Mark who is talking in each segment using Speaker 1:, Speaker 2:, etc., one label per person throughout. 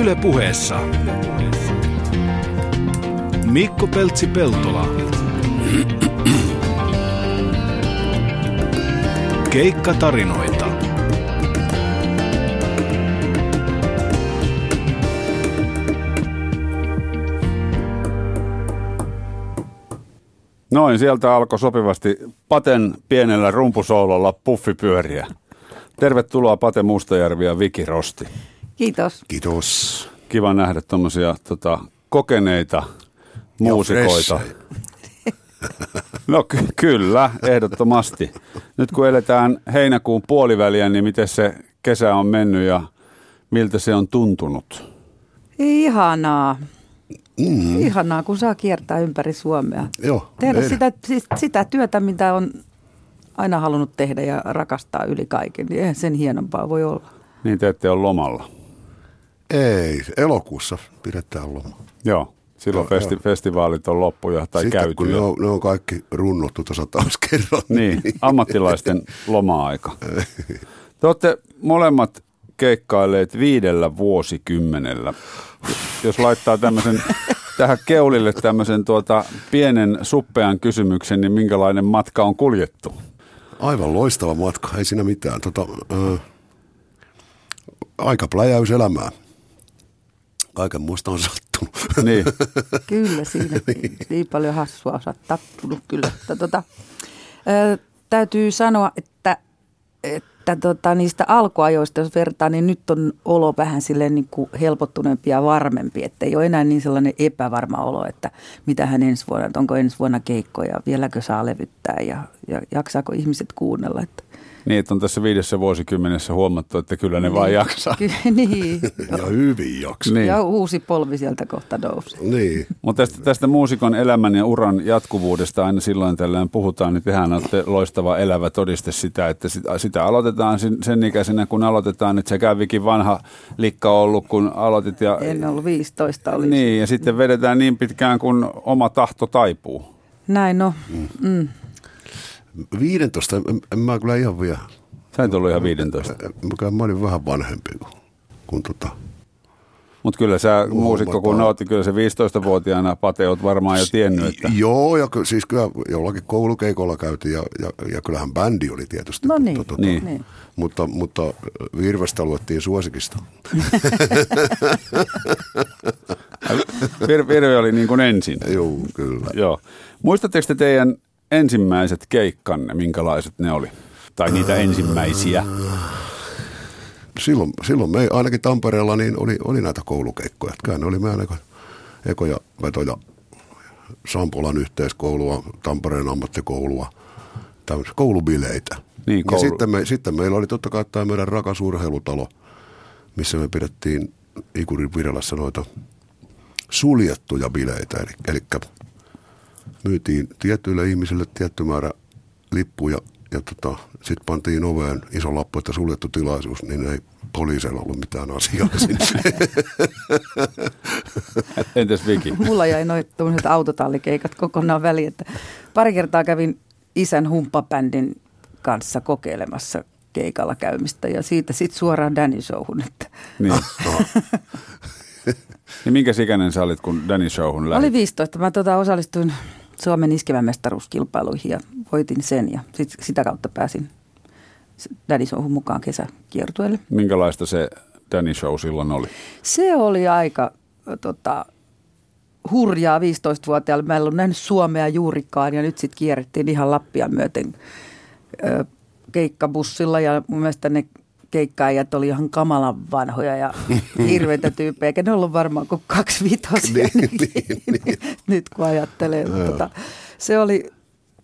Speaker 1: Yle puheessa. Mikko Peltsi-Peltola. Keikkatarinoita.
Speaker 2: Noin, sieltä alkoi sopivasti Paten pienellä rumpusoololla puffipyöriä. Tervetuloa Pate Mustajärvi ja Viki Rosti.
Speaker 3: Kiitos.
Speaker 4: Kiitos.
Speaker 2: Kiva nähdä tuommoisia tota, kokeneita muusikoita.
Speaker 4: fressejä.
Speaker 2: No ky- kyllä, ehdottomasti. Nyt kun eletään heinäkuun puoliväliä, niin miten se kesä on mennyt ja miltä se on tuntunut?
Speaker 3: Ihanaa. Mm. Ihanaa, kun saa kiertää ympäri Suomea.
Speaker 4: Joo.
Speaker 3: Tehdä
Speaker 4: meidän-
Speaker 3: sitä, siis sitä työtä, mitä on aina halunnut tehdä ja rakastaa yli kaiken. niin Eihän sen hienompaa voi olla.
Speaker 2: Niin te ette ole lomalla.
Speaker 4: Ei, elokuussa pidetään loma.
Speaker 2: Joo, silloin
Speaker 4: Joo,
Speaker 2: festi-
Speaker 4: joo.
Speaker 2: festivaalit on loppuja tai
Speaker 4: Sitten
Speaker 2: käyty.
Speaker 4: kun ne on, ne on kaikki runnottu tuossa taas kerran.
Speaker 2: Niin, ammattilaisten loma-aika. Te olette molemmat keikkailleet viidellä vuosikymmenellä. Jos laittaa tämmöisen tähän keulille tämmöisen tuota, pienen suppean kysymyksen, niin minkälainen matka on kuljettu?
Speaker 4: Aivan loistava matka, ei siinä mitään. Tota, ö, aika pläjäys elämää. Kaiken muista on sattunut.
Speaker 2: Niin,
Speaker 3: Kyllä siinä. niin paljon hassua osa tattunut kyllä. Mutta tota, ö, täytyy sanoa, että, että tota, niistä alkuajoista, jos vertaa, niin nyt on olo vähän silleen niin kuin helpottuneempi ja varmempi. Että ei ole enää niin sellainen epävarma olo, että mitä hän ensi vuonna, että onko ensi vuonna keikkoja, vieläkö saa levyttää ja, ja jaksaako ihmiset kuunnella. Että,
Speaker 2: niin että on tässä viidessä vuosikymmenessä huomattu, että kyllä ne vaan jaksaa.
Speaker 3: niin, Ky- niin.
Speaker 4: ja hyvin jaksa.
Speaker 2: Niin.
Speaker 3: Ja uusi polvi sieltä kohta nousee.
Speaker 4: Niin.
Speaker 2: Mutta tästä, tästä muusikon elämän ja uran jatkuvuudesta aina silloin tällöin puhutaan, niin tehän olette loistava elävä todiste sitä, että sitä, sitä aloitetaan sen, sen ikäisenä, kun aloitetaan. Että sekä Vikin vanha likka on ollut, kun aloitit. Ja,
Speaker 3: En ollut 15 oli.
Speaker 2: niin, ja sitten vedetään niin pitkään, kun oma tahto taipuu.
Speaker 3: Näin no.
Speaker 2: Mm.
Speaker 4: 15, en, en mä kyllä ihan vielä.
Speaker 2: Sä et ollut ihan 15.
Speaker 4: en- Mä, kyllä mä olin vähän vanhempi kuin, kuin tota.
Speaker 2: Mutta kyllä sä muusikko, kun
Speaker 4: Huomataan.
Speaker 2: oot, niin kyllä se 15-vuotiaana Pate oot varmaan jo tiennyt, että...
Speaker 4: Mm. Joo, ja ky- siis kyllä jollakin koulukeikolla käytiin ja, ja, ja kyllähän bändi oli tietysti.
Speaker 3: No niin,
Speaker 4: Mutta, tota,
Speaker 2: Niin.
Speaker 3: niin.
Speaker 4: mutta, mutta Virvestä luettiin suosikista.
Speaker 2: Vir- Virve oli niin kuin ensin.
Speaker 4: Joo, kyllä.
Speaker 2: Joo. Muistatteko te teidän ensimmäiset keikkanne, minkälaiset ne oli? Tai niitä ensimmäisiä?
Speaker 4: Silloin, silloin me, ainakin Tampereella, niin oli, oli näitä koulukeikkoja. Että Kyllä ne oli meidän eko, ekoja vetoja. Sampolan yhteiskoulua, Tampereen ammattikoulua, tämmöisiä koulubileitä.
Speaker 2: Niin,
Speaker 4: ja
Speaker 2: koulu-
Speaker 4: sitten, me, sitten meillä oli totta kai tämä meidän rakas urheilutalo, missä me pidettiin Ikurin Virelassa noita suljettuja bileitä. Eli, eli myytiin tietyille ihmisille tietty määrä lippuja ja tota, sitten pantiin oveen iso lappu, että suljettu tilaisuus, niin ei poliiseilla ollut mitään asiaa sinne.
Speaker 2: Entäs Viki?
Speaker 3: Mulla jäi noin tuommoiset autotallikeikat kokonaan väliin. Että pari kertaa kävin isän humppabändin kanssa kokeilemassa keikalla käymistä ja siitä sitten suoraan Danny Showhun. Että
Speaker 2: Niin. niin minkä ikäinen sä olit, kun Danny Showhun
Speaker 3: mä
Speaker 2: lähdit?
Speaker 3: olin 15. Mä tota osallistuin Suomen iskevän mestaruuskilpailuihin ja voitin sen ja sit, sitä kautta pääsin Danny Showhun mukaan kesäkiertueelle.
Speaker 2: Minkälaista se Danny Show silloin oli?
Speaker 3: Se oli aika ö, tota, hurjaa 15-vuotiaalla. Mä en ollut nähnyt Suomea juurikaan ja nyt sitten kierrettiin ihan Lappia myöten ö, keikkabussilla ja mun mielestä ne keikkaajat oli ihan kamalan vanhoja ja hirveitä tyyppejä. Eikä ne ollut varmaan kuin kaksi vitosia nyt kun ajattelee. Mutta Tota, se, oli,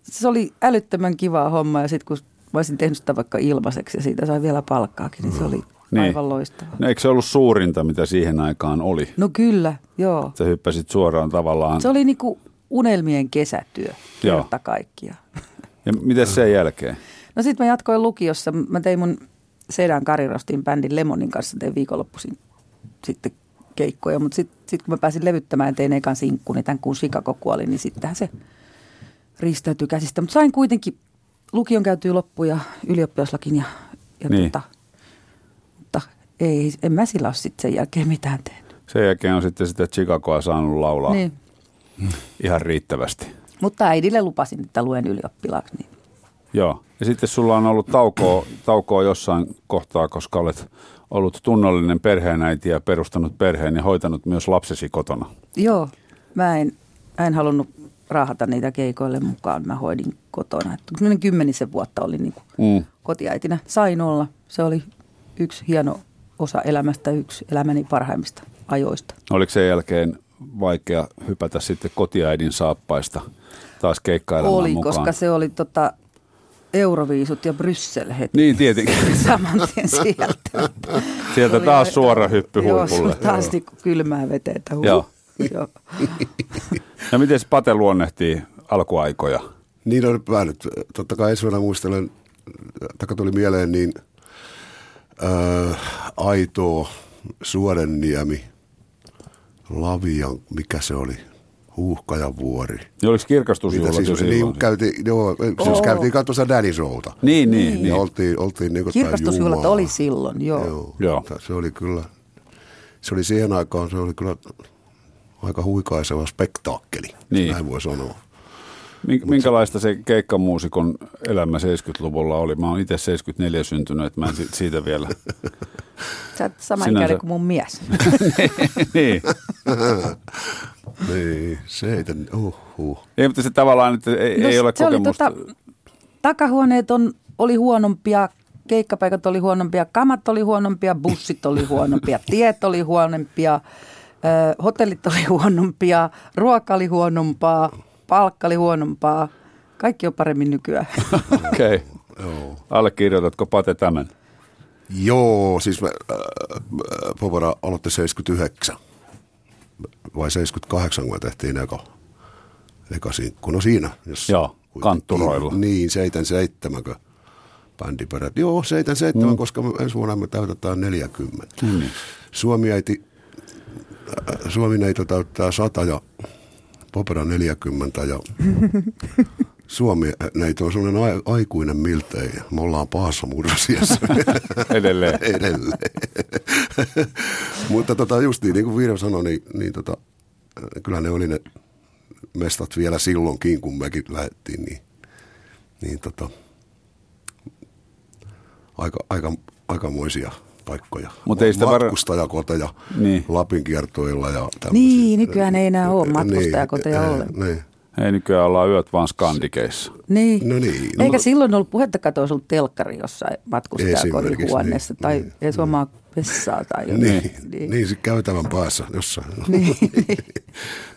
Speaker 3: se oli älyttömän kivaa homma ja sitten kun mä olisin tehnyt sitä vaikka ilmaiseksi ja siitä sai vielä palkkaakin, niin se oli
Speaker 2: Niin.
Speaker 3: aivan loistavaa.
Speaker 2: No, eikö se ollut suurinta, mitä siihen aikaan oli?
Speaker 3: No kyllä, joo.
Speaker 2: Sä hyppäsit suoraan tavallaan.
Speaker 3: Se oli niinku unelmien kesätyö
Speaker 2: Joo.
Speaker 3: kerta kaikkiaan.
Speaker 2: Ja miten sen jälkeen?
Speaker 3: No sitten mä jatkoin lukiossa. Mä tein mun Sedän Karirostin bändin Lemonin kanssa, tein viikonloppuisin sitten keikkoja. Mutta sitten sit kun mä pääsin levyttämään ja tein ekan sinkku, niin tämän kuun Chicago kuoli, niin sittenhän se riistäytyi käsistä. Mutta sain kuitenkin lukion käytyy loppu ja ylioppilaslakin ja, ja
Speaker 2: Niin.
Speaker 3: tota, mutta ei, en mä sillä ole sitten sen jälkeen mitään tehnyt.
Speaker 2: Sen jälkeen on sitten sitä Chicagoa saanut laulaa niin.
Speaker 3: Niin.
Speaker 2: ihan riittävästi.
Speaker 3: Mutta äidille lupasin, että luen ylioppilaaksi. Niin.
Speaker 2: Joo. Ja sitten sulla on ollut taukoa, taukoa jossain kohtaa, koska olet ollut tunnollinen perheenäiti ja perustanut perheen ja hoitanut myös lapsesi kotona.
Speaker 3: Joo, mä en, mä en halunnut raahata niitä keikoille mukaan. Mä hoidin kotona. Että Kymmenen kymmenisen vuotta oli niin kuin
Speaker 2: Mm.
Speaker 3: kotiäitinä. Sain olla. Se oli yksi hieno osa elämästä, yksi elämäni parhaimmista ajoista.
Speaker 2: Oliko sen jälkeen vaikea hypätä sitten kotiäidin saappaista taas keikkailemaan
Speaker 3: Oli,
Speaker 2: mukaan?
Speaker 3: koska se oli tota Euroviisut ja Bryssel heti
Speaker 2: Niin tietenkin.
Speaker 3: saman tien sieltä.
Speaker 2: Sieltä
Speaker 3: Oli
Speaker 2: taas
Speaker 3: aika-
Speaker 2: suora hyppy
Speaker 3: Joo,
Speaker 2: huipulle.
Speaker 3: su- taas niinku kylmää veteitä. Huh.
Speaker 2: Joo.
Speaker 3: Joo.
Speaker 2: Ja miten Pate luonnehtii alkuaikoja?
Speaker 4: Niin on mä nyt, totta kai ensi vuonna muistelen, taka tuli mieleen, niin öö, Aitoo, Suodenniemi, Lavian, mikä se oli, Huuhkajavuori.
Speaker 2: Niin oliko kirkastusjuhlat
Speaker 4: Mitä
Speaker 2: jo
Speaker 4: siis,
Speaker 2: silloin?
Speaker 4: niin, käytiin, joo, siis
Speaker 3: Oo.
Speaker 4: käytiin katsomassa Danny Showta.
Speaker 2: niin, niin,
Speaker 4: Ja
Speaker 2: niin.
Speaker 4: oltiin, oltiin niin kuin tai
Speaker 3: Kirkastusjuhlat
Speaker 4: Jumala.
Speaker 3: oli silloin, joo. joo.
Speaker 4: Joo.
Speaker 2: Joo.
Speaker 4: Se oli kyllä, se oli siihen aikaan, se oli kyllä aika huikaiseva spektaakkeli,
Speaker 2: Niin.
Speaker 4: näin voi sanoa.
Speaker 2: Mink- Minkälaista se keikkamuusikon elämä 70-luvulla oli? Mä oon itse 74 syntynyt, että mä en si- siitä vielä.
Speaker 3: Sä oot sama
Speaker 2: Sinänsä-
Speaker 3: ikäinen kuin mun mies.
Speaker 2: niin.
Speaker 4: Niin, se ei tän, uhuh.
Speaker 2: Ei, mutta se tavallaan, että ei,
Speaker 3: No
Speaker 2: ei ole
Speaker 3: se oli
Speaker 2: kokemusta.
Speaker 3: tota, takahuoneet on, oli huonompia, keikkapaikat oli huonompia, kamat oli huonompia, bussit oli huonompia, tiet oli huonompia, ö, hotellit oli huonompia, ruoka oli huonompaa, palkka oli huonompaa. Kaikki on paremmin nykyään.
Speaker 2: Okei. Okay.
Speaker 4: Joo.
Speaker 2: Allekirjoitatko Pate tämän?
Speaker 4: Joo, siis mä, äh, äh, Povara aloitti 79 vai 78, kun me tehtiin eka, eka sinkku. No siinä. Jos
Speaker 2: Joo,
Speaker 4: kuitenkin-
Speaker 2: kantturoilla.
Speaker 4: Niin, 77, kun bändi perät. Joo, 77, mm. koska me, ensi vuonna me täytetään 40.
Speaker 2: No niin.
Speaker 4: Mm. Suomi äiti, äh, Suomi neito täyttää 100 ja Popera 40 ja Suomi äh, neito on sellainen ai- aikuinen miltei. Me ollaan pahassa murrosiassa.
Speaker 2: Edelleen.
Speaker 4: edelleen. Mutta tota, just niin, niin kuin Viiro sanoi, niin, niin tota, kyllä ne oli ne mestat vielä silloinkin, kun mekin lähdettiin, niin, niin tota, aika, aika, aikamoisia paikkoja.
Speaker 2: Mut ei sitä var-
Speaker 4: Matkustajakoteja
Speaker 2: Niin.
Speaker 4: Lapin kiertoilla ja tämmöisiä.
Speaker 3: Niin, nykyään ei enää oo matkustajakoteja
Speaker 4: niin,
Speaker 3: ollenkaan.
Speaker 4: Niin,
Speaker 2: Ei nykyään olla yöt vaan skandikeissa.
Speaker 3: Niin.
Speaker 4: No niin.
Speaker 3: Eikä
Speaker 4: No-
Speaker 3: silloin ollut puhettakaan, että olisi ollut telkkari jossain
Speaker 4: Esimerkiksi,
Speaker 3: matkustajakotihuoneessa
Speaker 4: niin,
Speaker 3: tai
Speaker 4: niin,
Speaker 3: edes omaa vessaa tai jotain.
Speaker 4: niin, niin, niin sit käytävän päässä jossain.
Speaker 3: Niin.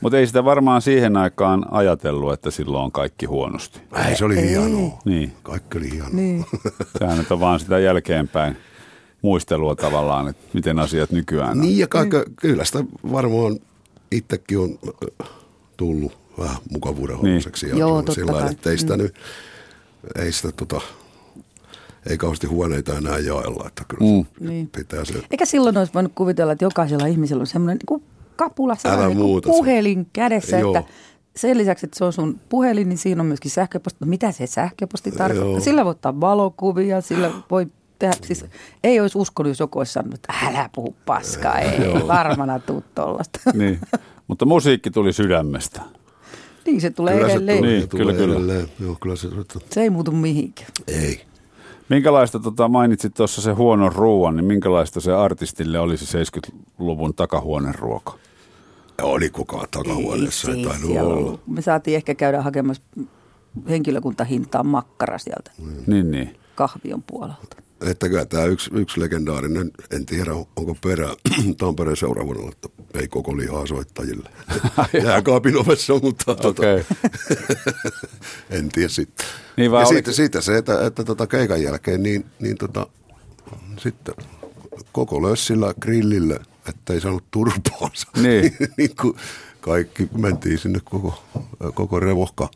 Speaker 2: Mutta ei sitä varmaan siihen aikaan ajatellut, että silloin on kaikki huonosti.
Speaker 4: Ei, se oli hienoa.
Speaker 2: Niin.
Speaker 4: Kaikki oli hienoa.
Speaker 3: niin.
Speaker 2: Sehän nyt on vaan sitä jälkeenpäin muistelua tavallaan, että miten asiat nykyään on.
Speaker 4: Niin ja kaikka, kyllä sitä varmaan itsekin on äh, tullut vähän mukavuuden
Speaker 2: Niin.
Speaker 4: hommiseksi.
Speaker 3: Joo,
Speaker 4: Joo,
Speaker 3: totta
Speaker 4: sillä
Speaker 3: kai. Mm.
Speaker 4: lailla, että ei sitä nyt, ei sitä tota, ei kauheasti huoneita enää jaella, että kyllä mm.
Speaker 3: Niin.
Speaker 4: pitää se.
Speaker 3: Eikä silloin olisi voinut kuvitella, että jokaisella ihmisellä on semmoinen niin kuin kapula, sellainen niin kuin
Speaker 4: muuta se.
Speaker 3: puhelin kädessä,
Speaker 4: Joo.
Speaker 3: että sen lisäksi, että se on sun puhelin, niin siinä on myöskin sähköposti. No mitä se sähköposti tarkoittaa?
Speaker 4: Joo.
Speaker 3: Sillä voi ottaa valokuvia, sillä voi tehdä, siis ei olisi uskonut, jos joku olisi sanonut, että älä puhu paskaa, ei varmana tuu tollasta.
Speaker 2: Niin. Mutta musiikki tuli sydämestä.
Speaker 3: niin se tulee
Speaker 4: Kyllä se
Speaker 3: edelleen.
Speaker 4: tulee,
Speaker 2: Niin,
Speaker 4: tulee
Speaker 2: kyllä, kyllä.
Speaker 4: edelleen. Joo, kyllä se,
Speaker 3: Se ei muutu mihinkään.
Speaker 4: ei.
Speaker 2: Minkälaista, tota, mainitsit tuossa se huonon ruoan, niin minkälaista se artistille olisi 70-luvun takahuoneen ruoka?
Speaker 4: Oli kukaan takahuoneessa, ei,
Speaker 3: Ei siis
Speaker 4: tainnut
Speaker 3: siellä
Speaker 4: olla.
Speaker 3: ollut. Me saatiin ehkä käydä hakemassa henkilökuntahintaan makkara sieltä
Speaker 4: Mm.
Speaker 2: Niin, niin.
Speaker 3: kahvion puolelta.
Speaker 4: Että kyllä tämä yksi, yksi legendaarinen, en tiedä onko perää, Tampereen seurahuoneella, että ei koko lihaa soittajille. Jääkaapin ovessa, mutta tota,
Speaker 2: Okei.
Speaker 4: en tiedä sitten.
Speaker 2: Niin vai
Speaker 4: ja
Speaker 2: oliko-
Speaker 4: siitä, siitä, se, että, että tota keikan jälkeen, niin, niin tota, sitten koko lössillä grillillä, että ei saanut turpaansa.
Speaker 2: Niin.
Speaker 4: niin kuin kaikki mentiin sinne koko, koko revohka.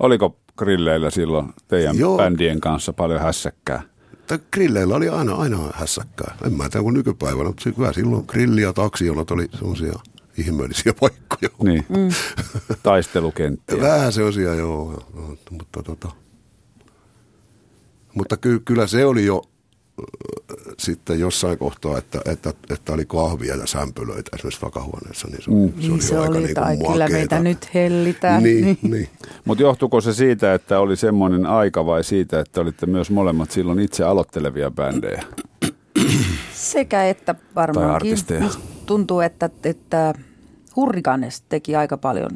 Speaker 2: Oliko grilleillä silloin teidän Joo.
Speaker 4: Joo.
Speaker 2: bändien kanssa paljon hässäkkää?
Speaker 4: Mutta grilleillä oli aina, aina hässäkkää. En mä tiedä kuin nykypäivänä, mutta se- kyllä silloin grilli ja taksijonot oli semmoisia ihmeellisiä paikkoja.
Speaker 2: Niin. Mm. Taistelukenttiä.
Speaker 4: Vähän sellaisia, joo. joo, Mutta, tota. mutta ky, kyllä se oli jo sitten jossain kohtaa, että, että, että oli kahvia ja sämpylöitä esimerkiksi vakahuoneessa, niin se, mm. se oli,
Speaker 3: Niin se
Speaker 4: aika
Speaker 3: oli,
Speaker 4: niin
Speaker 3: tai
Speaker 4: kuin
Speaker 3: kyllä meitä
Speaker 4: makeeta.
Speaker 3: nyt hellitään.
Speaker 4: Niin, niin.
Speaker 2: Mutta johtuiko se siitä, että oli semmoinen aika vai siitä, että olitte myös molemmat silloin itse aloittelevia bändejä?
Speaker 3: Sekä että
Speaker 2: Tai
Speaker 3: varmaankin.
Speaker 2: artisteja.
Speaker 3: Musta tuntuu, että, että Hurrikanes teki aika paljon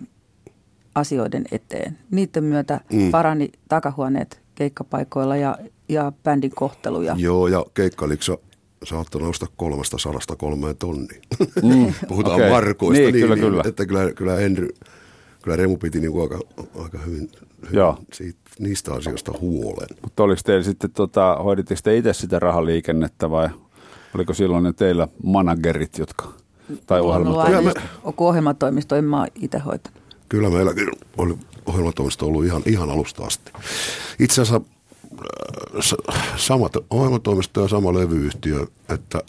Speaker 3: asioiden eteen. Niiden myötä mm. parani takahuoneet keikkapaikoilla ja, ja bändin kohtelu. Ja
Speaker 4: Joo, ja keikkaliksa saattoi nousta kolmesta sadasta kolmeen tonniin. Mm, Puhutaan
Speaker 2: okei.
Speaker 4: okay. markoista.
Speaker 2: Niin, kyllä, kyllä.
Speaker 4: Että kyllä, kyllä, Henry, kyllä Remu piti niin kuin aika, aika hyvin, hyvin
Speaker 2: Joo.
Speaker 4: siitä, niistä asioista huolen.
Speaker 2: Mutta oliko teillä sitten, tota, hoiditteko te itse sitä rahaliikennettä vai oliko silloin ne teillä managerit, jotka, tai ohjelmat?
Speaker 3: Mulla on
Speaker 4: Kyllä
Speaker 3: ollut aina, kun ohjelmatoimisto en mä oon itse hoitanut.
Speaker 4: Kyllä meilläkin oli ohjelmatoimisto ollut ihan, ihan alusta asti. Itse asiassa äh, sa- samat ohjelmatoimisto ja sama levyyhtiö, että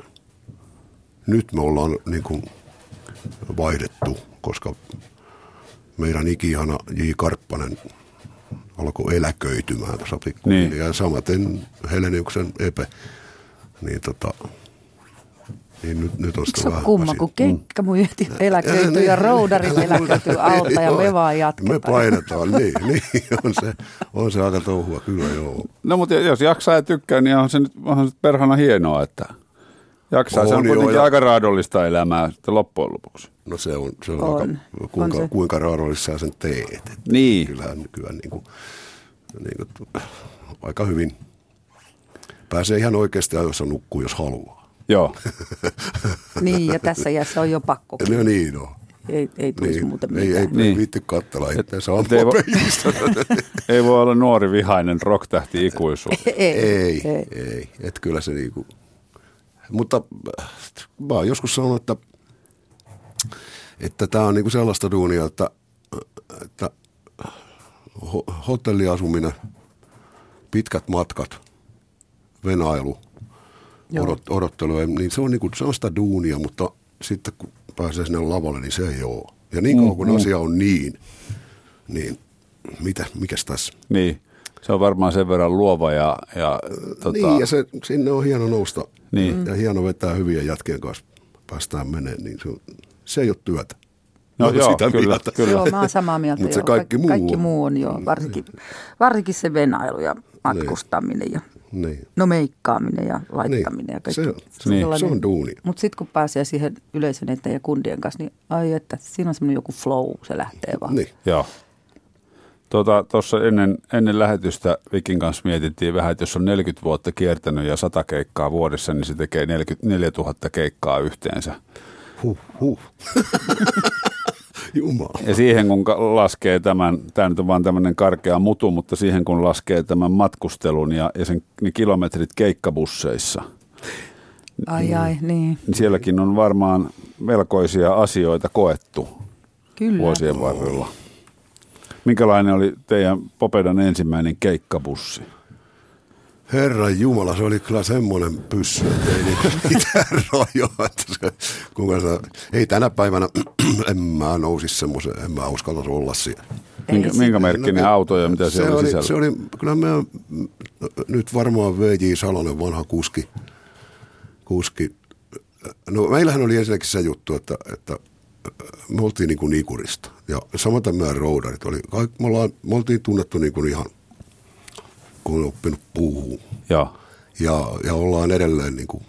Speaker 4: nyt me ollaan niin kuin vaihdettu, koska meidän ikihana J. Karppanen alkoi eläköitymään tuossa
Speaker 2: Niin.
Speaker 4: pikkuhiljaa. Niin. Ja samaten Heleniuksen Epe. Niin tota, niin nyt, nyt on
Speaker 3: Se
Speaker 4: sitten
Speaker 3: on
Speaker 4: vähän
Speaker 3: kumma,
Speaker 4: väsin-
Speaker 3: kun keikkamujeti eläköityy ja
Speaker 4: mm. niin.
Speaker 3: roudarit eläköityy alta ja
Speaker 4: Joo,
Speaker 3: me vaan
Speaker 4: Me
Speaker 3: jatketaan.
Speaker 4: painetaan, niin, niin on, se, on se aika touhua, kyllä joo.
Speaker 2: No mutta jos jaksaa ja tykkää, niin onhan se nyt onhan se perhana hienoa, että jaksaa. se on
Speaker 4: On joo,
Speaker 2: kuitenkin
Speaker 4: ja-
Speaker 2: aika raadollista elämää sitten loppujen lopuksi.
Speaker 4: No se on, se on,
Speaker 3: On.
Speaker 4: aika,
Speaker 3: On
Speaker 4: kuinka,
Speaker 3: se.
Speaker 4: kuinka raadollista sä sen teet. Että
Speaker 2: Niin.
Speaker 4: Kyllähän nykyään niin kuin, niin kuin, tu- aika hyvin pääsee ihan oikeasti ajoissa nukkuu, jos haluaa.
Speaker 2: Joo.
Speaker 3: Niin, ja tässä iässä on jo pakko.
Speaker 4: No niin, no.
Speaker 3: Ei, ei tulisi
Speaker 4: Niin,
Speaker 3: muuten
Speaker 4: ei, ei,
Speaker 3: mitään.
Speaker 2: Niin.
Speaker 4: niin. viitti katsella itseänsä
Speaker 2: et ei voi-
Speaker 4: peistä.
Speaker 2: Ei voi olla nuori vihainen rocktähti ikuisuus.
Speaker 4: Ei, ei, ei. Et kyllä se niinku, mutta äh, mä oon joskus sanonut, että että tämä on niinku sellaista duunia, että, että ho- hotelliasuminen, pitkät matkat, venailu,
Speaker 3: Joo.
Speaker 4: odot, odottelu, ei- niin se on, niinku, se on sitä duunia, mutta sitten kun pääsee sinne lavalle, niin se ei ole. Ja niin kauan kun asia on niin, niin mitä, mikäs tässä?
Speaker 2: Niin. Se on varmaan sen verran luova ja, ja, tota,
Speaker 4: Niin, ja se, sinne on hieno nousta
Speaker 2: Niin.
Speaker 4: niin. ja hieno vetää hyvien jätkien kanssa, päästään meneen, niin se, on- se ei ole työtä.
Speaker 2: No
Speaker 4: Mä oon
Speaker 2: joo, kyllä, kyllä.
Speaker 3: Joo, mä oon samaa mieltä.
Speaker 4: Mutta se
Speaker 3: joo.
Speaker 4: kaikki muu
Speaker 3: kaikki
Speaker 4: on. Mm.
Speaker 3: muu on joo, varsinkin, varsinkin se venailu ja matkustaminen ja
Speaker 4: Niin.
Speaker 3: no meikkaaminen ja
Speaker 4: Niin.
Speaker 3: laittaminen ja kaikki.
Speaker 4: Se, se, niin. se on duuni.
Speaker 3: Mutta sitten kun pääsee siihen yleisön eteen ja kundien kanssa, niin ai että siinä on semmoinen joku flow, se lähtee vaan.
Speaker 4: Niin.
Speaker 2: Joo. Tuota, tuossa ennen, ennen lähetystä Vikin kanssa mietittiin vähän, että jos on 40 vuotta kiertänyt ja 100 keikkaa vuodessa, niin se tekee 44 000 keikkaa yhteensä.
Speaker 4: Huh, huh. Jumala.
Speaker 2: Ja siihen kun ka- laskee tämän, tämä nyt on vaan tämmöinen karkea mutu, mutta siihen kun laskee tämän matkustelun ja, ja sen, ne kilometrit keikkabusseissa,
Speaker 3: Ai ai,
Speaker 4: Mm.
Speaker 3: niin.
Speaker 2: niin sielläkin on varmaan melkoisia asioita koettu
Speaker 3: Kyllä.
Speaker 2: vuosien varrella. Minkälainen oli teidän Popedan ensimmäinen keikkabussi?
Speaker 4: Herra Jumala, se oli kyllä semmoinen pyssy, että ei niinku mitään rajoa. Että se, kuinka se, ei tänä päivänä, en mä nousisi semmoiseen, en mä uskaltaisi olla siellä.
Speaker 3: Ei
Speaker 2: Minkä,
Speaker 3: se-
Speaker 2: minkä merkkinen
Speaker 4: No,
Speaker 2: auto ja mitä siellä oli sisällä?
Speaker 4: Se oli, kyllä me, nyt varmaan V.J. Salonen, vanha kuski, kuski. No meillähän oli ensinnäkin se juttu, että, että me oltiin niin kuin ikurista. Ja samaten meidän roudarit oli, kaikki, me, ollaan, me oltiin tunnettu niin kuin ihan, kun on oppinut puhuu.
Speaker 2: Joo.
Speaker 4: Ja, ja ollaan edelleen niin kuin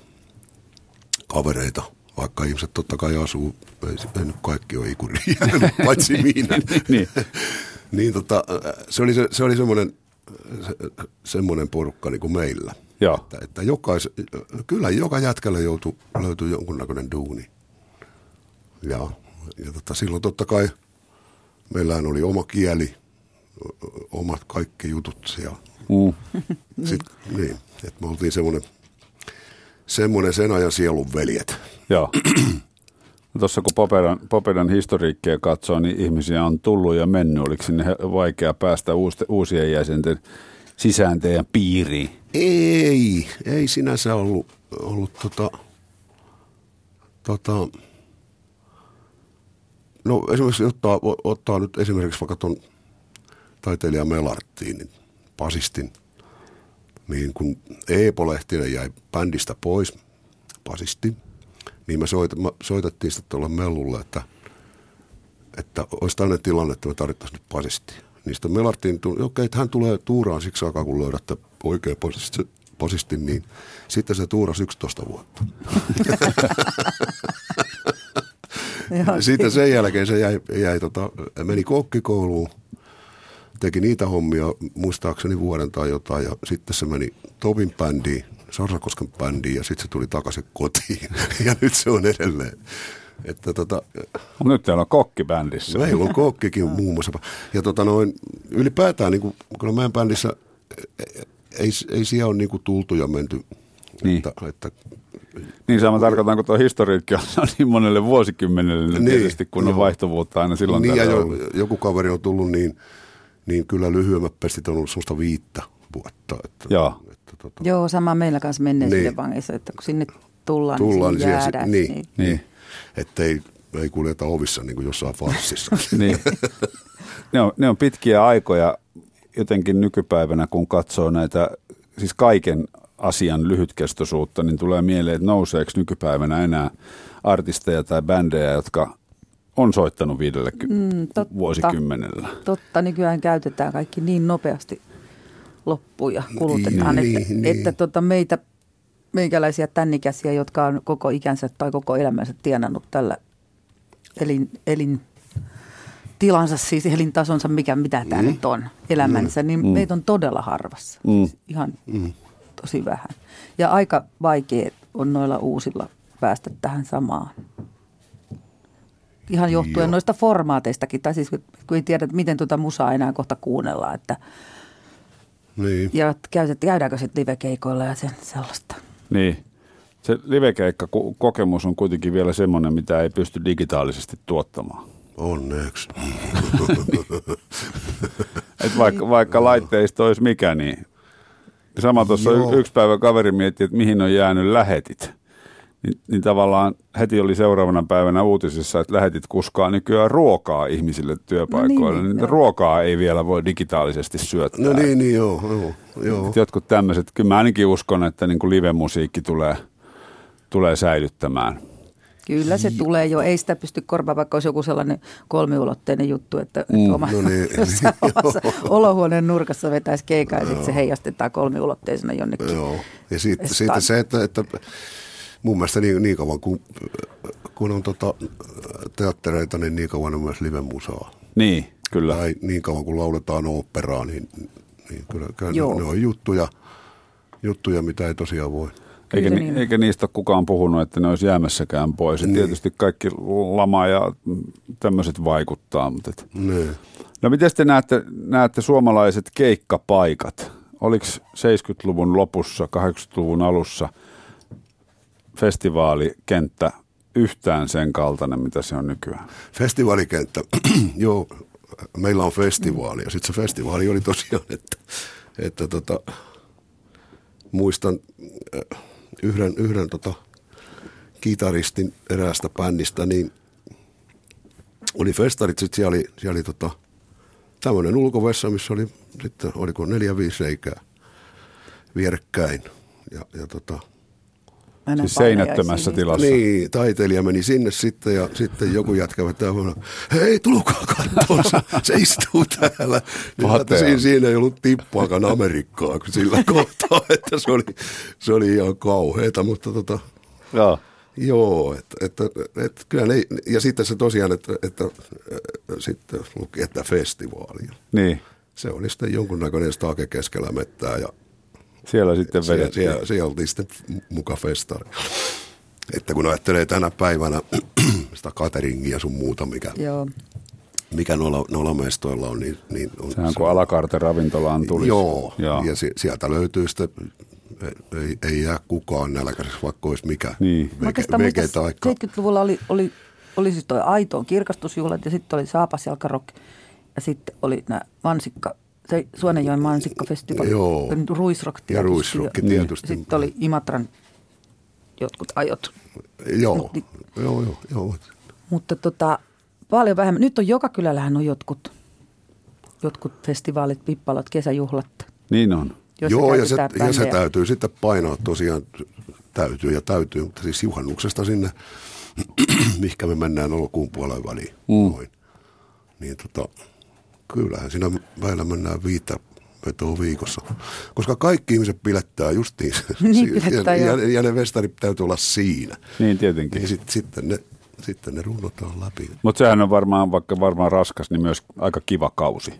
Speaker 4: kavereita, vaikka ihmiset totta kai asuu, ei, se- ei nyt kaikki ole ikuri, paitsi minä.
Speaker 2: Niin.
Speaker 4: niin tota, se oli, se, se oli semmoinen, se, semmoinen porukka niin kuin meillä.
Speaker 2: Joo.
Speaker 4: Että, että jokais, kyllä joka jätkälle joutu, löytyy jonkunnäköinen duuni. Ja, ja tota, silloin totta kai meillähän oli oma kieli, o- o- omat kaikki jutut ja
Speaker 2: Mm.
Speaker 4: sitten, niin, että me oltiin semmoinen, semmoinen sen ajan sielun veljet.
Speaker 2: Joo. No Tuossa kun Popedan, Popedan historiikkia katsoo, niin ihmisiä on tullut ja mennyt. Oliko sinne he- vaikea päästä uuste, uusien jäsenten sisään teidän piiriin?
Speaker 4: Ei, ei sinänsä ollut, ollut tota, tota, no esimerkiksi ottaa, o- ottaa nyt esimerkiksi vaikka ton taiteilija Melarttiin, niin basistin, niin kun Eepo Lehtinen jäi bändistä pois, pasisti, niin me soit, mä soitettiin sitten tuolle mellulle, että, että olisi tämmöinen tilanne, että me tarvittaisiin nyt pasisti. Niin sitten melartiin, okei, okay, että hän tulee tuuraan siksi aikaa, kun löydätte oikea pasisti, pasistin, niin sitten se tuurasi 11 vuotta.
Speaker 3: Joo,
Speaker 4: Sitten sen jälkeen se jäi, jäi tota, meni kokkikouluun, teki niitä hommia muistaakseni vuoden tai jotain ja sitten se meni Topin bändiin, Sarrakosken bändiin ja sitten se tuli takaisin kotiin ja nyt se on edelleen. Että tota,
Speaker 2: Mut nyt teillä on kokki bändissä.
Speaker 4: meillä on kokkikin muun muassa. Ja tota noin, ylipäätään niin kuin, kyllä meidän bändissä e, ei, ei siellä ole niin kuin tultu ja menty.
Speaker 2: Niin.
Speaker 4: Että, että,
Speaker 2: Niin sama tarkoitan, kun tuo historiikki on niin monelle vuosikymmenelle niin,
Speaker 4: Niin,
Speaker 2: tietysti, kun on
Speaker 4: joo.
Speaker 2: vaihtuvuutta aina silloin
Speaker 4: niin ja
Speaker 2: tällöin
Speaker 4: jo,
Speaker 2: ollut.
Speaker 4: joku kaveri on tullut, niin, niin kyllä lyhyemmät pestit on ollut semmoista viittä vuotta. Että,
Speaker 2: Joo.
Speaker 4: Että, tota,
Speaker 3: Joo, sama meillä kanssa menee
Speaker 4: Niin.
Speaker 3: niin. vangissa, että kun sinne tullaan,
Speaker 4: tullaan
Speaker 3: niin sinne
Speaker 4: siellä,
Speaker 3: jäädään.
Speaker 4: se- niin, niin.
Speaker 2: Niin.
Speaker 4: niin. Että ei, ei kuljeta ovissa niin kuin jossain farssissa.
Speaker 2: Niin. Ne, on, ne on pitkiä aikoja jotenkin nykypäivänä, kun katsoo näitä, siis kaiken asian lyhytkestoisuutta, niin tulee mieleen, että nouseeko nykypäivänä enää artisteja tai bändejä, jotka on soittanut viidellä mm,
Speaker 3: totta.
Speaker 2: vuosikymmenellä.
Speaker 3: Totta, nykyään käytetään kaikki niin nopeasti loppuun ja kulutetaan,
Speaker 4: Niin,
Speaker 3: että,
Speaker 4: niin.
Speaker 3: että tota meitä, meikäläisiä tännikäisiä, jotka on koko ikänsä tai koko elämänsä tienannut tällä elin, elin tilansa, siis elintasonsa, mikä, mitä tämä mm. nyt on, elämänsä, niin mm. meitä on todella harvassa. Mm. Siis ihan mm. tosi vähän. Ja aika vaikea on noilla uusilla päästä tähän samaan. Ihan johtuen
Speaker 4: Joo.
Speaker 3: noista formaateistakin, tai siis kun ei tiedä, että miten tuota musaa enää kohta kuunnellaan, että
Speaker 4: niin.
Speaker 3: ja käytet, käydäänkö sitten livekeikoilla ja sen sellaista.
Speaker 2: Niin. Se livekeikka-kokemus on kuitenkin vielä semmoinen, mitä ei pysty digitaalisesti tuottamaan.
Speaker 4: Onneksi.
Speaker 2: Et vaikka, vaikka laitteisto olisi mikä, niin sama tuossa
Speaker 4: Joo.
Speaker 2: y- yksi päivä kaveri mietti, että mihin on jäänyt lähetit. Niin, niin tavallaan heti oli seuraavana päivänä uutisissa, että lähetit kuskaa nykyään ruokaa ihmisille työpaikoille. No
Speaker 3: No niin,
Speaker 2: niin, niin
Speaker 3: joo.
Speaker 2: ruokaa ei vielä voi digitaalisesti syöttää.
Speaker 4: No niin, niin joo, joo, joo.
Speaker 2: Et Jotkut tämmöiset, kyllä mä ainakin uskon, että niin kuin live-musiikki tulee, tulee säilyttämään.
Speaker 3: Kyllä se tulee jo, ei sitä pysty korvaamaan, vaikka olisi joku sellainen kolmiulotteinen juttu, että, että oma,
Speaker 4: no niin.
Speaker 3: jossain omassa olohuoneen nurkassa vetäisi keikaa ja sitten se heijastetaan kolmiulotteisena jonnekin.
Speaker 4: Joo. Ja siitä,
Speaker 3: Että-
Speaker 4: siitä se, että, että mun mielestä niin, niin kauan kun, kun on tota, teattereita, niin niin kauan on myös livemusaa.
Speaker 2: Niin, kyllä.
Speaker 4: Tai niin kauan kun lauletaan oopperaa, niin, niin kyllä, kyllä
Speaker 3: Joo.
Speaker 4: ne, ne on juttuja, juttuja, mitä ei tosiaan voi.
Speaker 2: Eikä,
Speaker 3: Kyllä
Speaker 2: ni,
Speaker 3: niin.
Speaker 2: eikä niistä ole kukaan puhunut, että ne olisi jäämässäkään pois. Niin. Tietysti kaikki lama ja tämmöiset vaikuttaa. Mutta et.
Speaker 4: Ne.
Speaker 2: No miten te näette, näette suomalaiset keikkapaikat? Oliko 70-luvun lopussa, 80-luvun alussa festivaalikenttä yhtään sen kaltainen, mitä se on nykyään?
Speaker 4: Festivaalikenttä. Joo, meillä on festivaali. Ja sitten se festivaali oli tosiaan, että, että tota, muistan äh, yhden, yhden tota, kitaristin eräästä bändistä, niin oli festarit, sitten siellä oli, siellä oli tota, tämmöinen ulkovessa, missä oli sitten, oliko neljä, viisi reikää vierekkäin. Ja, ja tota,
Speaker 3: Aina
Speaker 2: Siis
Speaker 3: painajaisiin
Speaker 2: seinättömässä
Speaker 3: niistä.
Speaker 2: tilassa.
Speaker 4: niin, taiteilija meni sinne sitten ja sitten joku jätkä vetää huono, hei tulkaa katsomaan, se, se istuu täällä. Niin mä
Speaker 2: Patea.
Speaker 4: siinä, siinä ei ollut tippuakaan Amerikkaa kun sillä kohtaa, että se oli, se oli ihan kauheeta, mutta tota,
Speaker 2: Joo.
Speaker 4: joo, että, että, että kyllä ne, ja sitten se tosiaan, että, että, että sitten luki, että festivaali.
Speaker 2: Niin,
Speaker 4: Se oli sitten jonkunnäköinen stake keskellä mettää ja
Speaker 2: siellä niin. sitten
Speaker 4: siellä,
Speaker 2: vedettiin.
Speaker 4: siellä, siellä oltiin sitten muka festari. Että kun ajattelee tänä päivänä sitä cateringia sun muuta, mikä,
Speaker 3: Joo.
Speaker 4: mikä noilla, noilla mestoilla on, niin, niin on
Speaker 2: Sehän kun alakarte ravintolaan tuli.
Speaker 4: Joo,
Speaker 2: Joo.
Speaker 4: ja si, sieltä löytyy sitten, ei, ei jää kukaan nälkäiseksi, vaikka olisi mikä.
Speaker 2: Niin.
Speaker 3: Oikeastaan
Speaker 4: vege
Speaker 3: muistas,
Speaker 4: taikka.
Speaker 3: 70-luvulla oli, oli, oli siis toi Aitoon kirkastusjuhlat ja sitten oli Saapasjalkarokki ja sitten oli nämä Mansikka, se Suonenjoen mansikkafestivaali,
Speaker 4: Joo.
Speaker 3: Ruisrock tietysti.
Speaker 4: Ja ruisrokki tietysti.
Speaker 3: Sitten oli Imatran jotkut ajot.
Speaker 4: Joo, joo, joo, joo.
Speaker 3: Mutta tota, paljon vähemmän. Nyt on joka kylällähän on jotkut, jotkut festivaalit, pippalat, kesäjuhlat.
Speaker 2: Niin on.
Speaker 3: joissa
Speaker 4: Joo, ja se,
Speaker 3: käytetään
Speaker 4: ja se
Speaker 3: bändejä.
Speaker 4: täytyy sitten painaa tosiaan, täytyy ja täytyy, mutta siis juhannuksesta sinne, mihinkä me mennään elokuun puolen väliin. Noin. Niin tota, kyllähän siinä väillä mennään viittä vetoa viikossa. Koska kaikki ihmiset pilettää justiin.
Speaker 3: Niin, pilettää,
Speaker 4: ja,
Speaker 3: joo.
Speaker 4: ja, ja, ne vestarit täytyy olla siinä.
Speaker 2: Niin tietenkin.
Speaker 4: Niin sit, sitten, ne, sitten ne runnotaan läpi.
Speaker 2: Mutta sehän on varmaan, vaikka varmaan raskas, niin myös aika kiva kausi.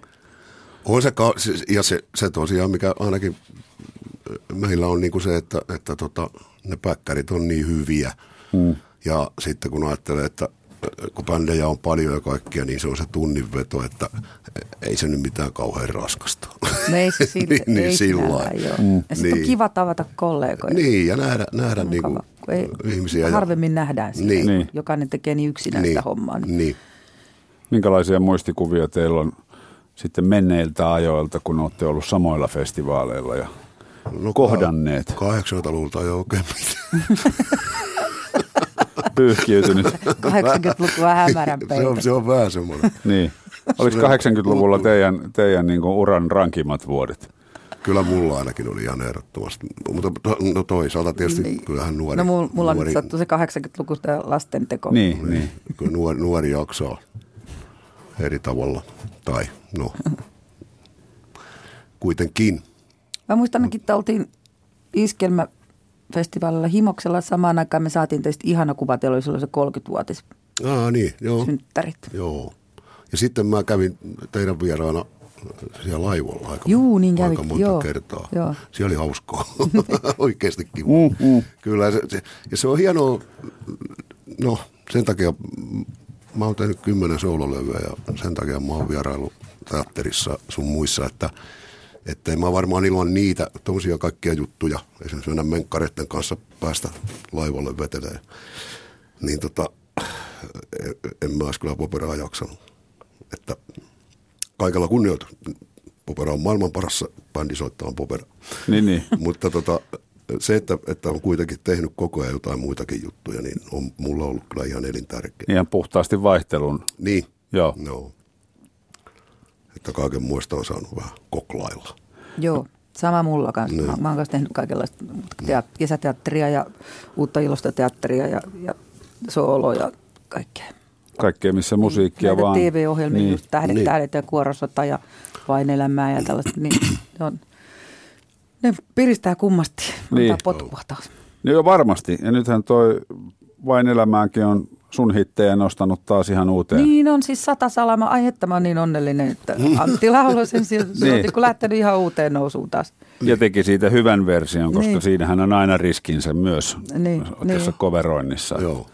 Speaker 4: On se, ka- siis- ja se, se tosiaan, mikä ainakin meillä on niinku se, että, että tota, ne päkkärit on niin hyviä. Mm. Ja sitten kun ajattelee, että kun bändejä on paljon ja kaikkea, niin se on se tunnin veto, että e, ei se nyt mitään kauhean raskasta.
Speaker 3: No ei se silti,
Speaker 4: niin,
Speaker 3: ei
Speaker 4: niin sillä
Speaker 3: sinällään,
Speaker 4: lailla.
Speaker 3: joo. Mm. Ja sitten
Speaker 4: Niin.
Speaker 3: on kiva tavata kollegoja.
Speaker 4: Niin, ja nähdä, nähdä niinku
Speaker 3: Mukava, kun ei,
Speaker 4: ihmisiä.
Speaker 3: Harvemmin nähdään sitä.
Speaker 4: Niin.
Speaker 2: Niin.
Speaker 3: Niin. Jokainen tekee niin yksinään
Speaker 4: niin,
Speaker 3: sitä hommaa. Niin.
Speaker 4: Niin.
Speaker 2: Minkälaisia muistikuvia teillä on sitten menneiltä ajoilta, kun olette ollut samoilla festivaaleilla ja
Speaker 4: No,
Speaker 2: kohdanneet,
Speaker 4: 80-luvulta ei ole oikein mitään.
Speaker 2: pyyhkiytynyt?
Speaker 3: 80-lukua hämärän
Speaker 4: se, on,
Speaker 3: peitä.
Speaker 4: se on vähän semmoinen.
Speaker 2: Niin. Oliko 80-luvulla teidän, teidän niin uran rankimmat vuodet?
Speaker 4: Kyllä mulla ainakin oli ihan ehdottomasti, mutta to, no toisaalta tietysti niin. kyllähän nuori,
Speaker 3: No mulla, mulla
Speaker 4: nuori,
Speaker 3: nyt sattui se 80-lukuista lastenteko.
Speaker 2: Niin, niin.
Speaker 4: kyllä nuori, nuori jaksaa eri tavalla, tai no kuitenkin.
Speaker 3: Mä muistan ainakin, että oltiin iskelmäfestivaalilla Himoksella samaan aikaan. Me saatiin teistä ihana kuva, teillä oli silloin se 30-vuotis
Speaker 4: Ah niin, joo.
Speaker 3: synttärit.
Speaker 4: joo. Ja sitten mä kävin teidän vieraana siellä laivalla aika,
Speaker 3: Juu, niin
Speaker 4: aika
Speaker 3: kävitte,
Speaker 4: monta
Speaker 3: joo,
Speaker 4: kertaa.
Speaker 3: joo.
Speaker 4: Se oli hauskaa, oikeasti kiva. Mm, mm. Kyllä, se, se, ja se on hienoa, no sen takia mm, mä oon tehnyt kymmenen soololevyä ja sen takia mä oon vieraillut teatterissa sun muissa, että että en mä varmaan ilman niitä tommosia kaikkia juttuja, esimerkiksi mennä menkkareiden kanssa päästä laivalle veteleen, niin tota, en, en mä olisi kyllä poperaa jaksanut. Että kaikella kunnioitus. Popera on maailman parassa, bändi soittaa on popera.
Speaker 2: Niin, niin.
Speaker 4: Mutta tota, se, että, että on kuitenkin tehnyt koko ajan jotain muitakin juttuja, niin on mulla ollut kyllä ihan elintärkeä.
Speaker 2: Ihan puhtaasti vaihtelun.
Speaker 4: Niin.
Speaker 2: Joo.
Speaker 4: No. Että kaiken muista on saanut vähän koklailla.
Speaker 3: Joo, sama mulla kanssa.
Speaker 4: Niin.
Speaker 3: Mä, mä oon kanssa tehnyt kaikenlaista mut teat, kesäteatteria ja uutta ilosta teatteria ja, ja sooloja ja kaikkea.
Speaker 2: Kaikkea, missä musiikkia
Speaker 3: Näitä
Speaker 2: vaan.
Speaker 3: TV-ohjelmia, niin.
Speaker 2: Niin.
Speaker 3: just Tähdet,
Speaker 4: Niin.
Speaker 3: niin. tähdet ja kuorosota ja vain elämää ja tällaista. Niin, ne, on, ne piristää kummasti.
Speaker 2: Niin.
Speaker 3: Antaa potkua taas.
Speaker 2: No joo, varmasti. Ja nythän toi Vain elämäänkin on sun hittejä nostanut taas ihan uuteen.
Speaker 3: Niin on siis sata salama aihetta. Mä oon niin onnellinen, että Antti Laulosen silti,
Speaker 2: Niin.
Speaker 3: niin. kun lähtenyt ihan uuteen nousuun taas.
Speaker 2: Ja teki siitä hyvän version, koska niin.
Speaker 3: Niin.
Speaker 2: siinähän on aina riskinsä myös niin,
Speaker 3: Niin,
Speaker 2: tässä
Speaker 3: niin.
Speaker 2: niin. coveroinnissa.
Speaker 4: Joo.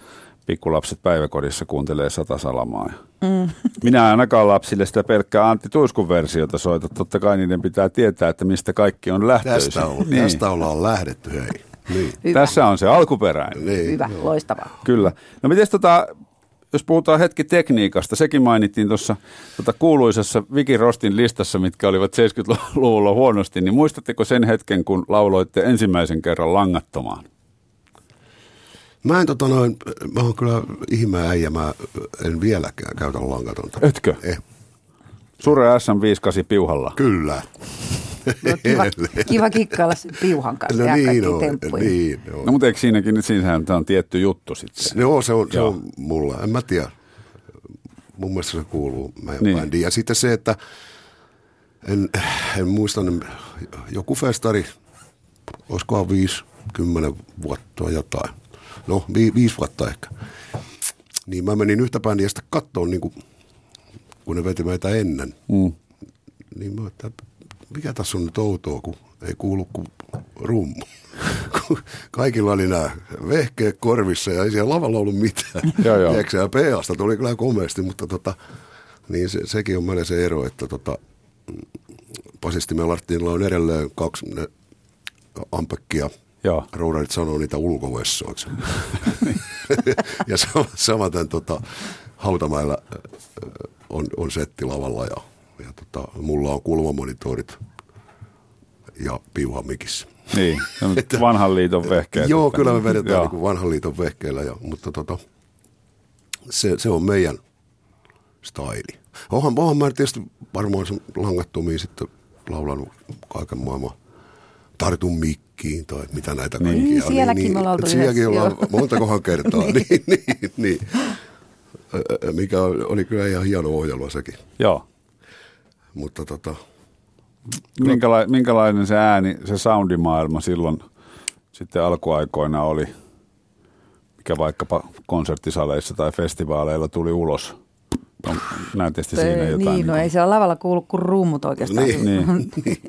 Speaker 2: Pikkulapset päiväkodissa kuuntelee sata salamaa. Mm. Minä ainakaan lapsille sitä pelkkää Antti Tuiskun versiota soita. Totta kai niiden pitää tietää, että mistä kaikki on lähtöisin.
Speaker 4: Tästä, on, niin. tästä ollaan lähdetty, hei. Niin.
Speaker 3: Hyvä,
Speaker 2: Tässä on se alkuperäinen.
Speaker 4: niin.
Speaker 3: hyvä, loistavaa.
Speaker 2: Kyllä. No mites tota, jos puhutaan hetki tekniikasta, sekin mainittiin tuossa tota kuuluisessa Viki Rostin listassa, mitkä olivat 70-luvulla huonosti, niin muistatteko sen hetken, kun lauloitte ensimmäisen kerran langattomaan?
Speaker 4: Mä en tota noin, mä oon kyllä ihme äijä, mä en vieläkään käytä langatonta.
Speaker 2: Etkö?
Speaker 4: Eh,
Speaker 2: Sure SM58 piuhalla.
Speaker 4: kyllä.
Speaker 3: No, kiva, kiva kikkailla sen piuhan kanssa.
Speaker 4: Niin. No
Speaker 3: ja
Speaker 4: niin
Speaker 3: kaikkia
Speaker 4: on,
Speaker 3: temppuja.
Speaker 4: niin on.
Speaker 2: No mutta eikö siinäkin, nyt siinähän tämä on tietty juttu sitten.
Speaker 4: Joo, se on, se
Speaker 2: Joo.
Speaker 4: on mulla. En mä tiedä. Mun mielestä se kuuluu meidän
Speaker 2: Niin.
Speaker 4: niin. bändiin. Ja sitten se, että en, en muista, niin joku festari, olisikohan viisi, kymmenen vuotta tai jotain. No, vi, viisi vuotta ehkä. Niin mä menin yhtä bändiä sitten kattoon, niin kuin, kun ne veti meitä ennen. Mm. Niin mä että mikä tässä on nyt outoa, kun ei kuulu kuin rummu. Kun Kaikilla oli nämä vehkeet korvissa ja ei siellä lavalla ollut mitään.
Speaker 2: Joo, joo.
Speaker 4: Tiedätkö, ja PAsta tuli kyllä komeasti, mutta tota, niin se, sekin on meille se ero, että tota, pasistimme Larttinilla on edelleen kaksi ne, ampekkia.
Speaker 2: Joo.
Speaker 4: Roudarit sanoo niitä ulkovessoiksi. ja sama, samaten tota, Hautamäellä äh, on, on setti lavalla ja, ja tota, mulla on kulmamonitorit ja piuha mikissä.
Speaker 2: Niin, no, vanhan liiton vehkeet.
Speaker 4: Joo,
Speaker 2: että-
Speaker 4: kyllä me vedetään
Speaker 2: Joo.
Speaker 4: niin vanhan liiton vehkeillä, ja, mutta tota, se, se on meidän staili. Onhan, onhan mä tietysti varmaan sen langattomia sitten laulanut kaiken maailman tartu mikkiin tai mitä näitä
Speaker 2: Niin.
Speaker 4: kaikkia
Speaker 3: Niin,
Speaker 4: on.
Speaker 3: sielläkin me ollaan oltu
Speaker 4: Sielläkin
Speaker 3: yhdessä,
Speaker 4: ollaan
Speaker 3: joo.
Speaker 4: montakohan kertaa. niin, niin, niin. Ö, ö, Mikä oli- oli kyllä ihan hieno ohjelma sekin.
Speaker 2: Joo.
Speaker 4: Mutta tota,
Speaker 2: Minkäla- minkälainen se ääni, se soundimaailma silloin sitten alkuaikoina oli, mikä vaikkapa konserttisaleissa tai festivaaleilla tuli ulos? No, näytesti siinä
Speaker 3: Ei,
Speaker 2: jotain.
Speaker 3: niin, no
Speaker 2: kuin-
Speaker 3: ei siellä lavalla kuulu kuin rummut oikeastaan.
Speaker 4: Niin.
Speaker 2: niin.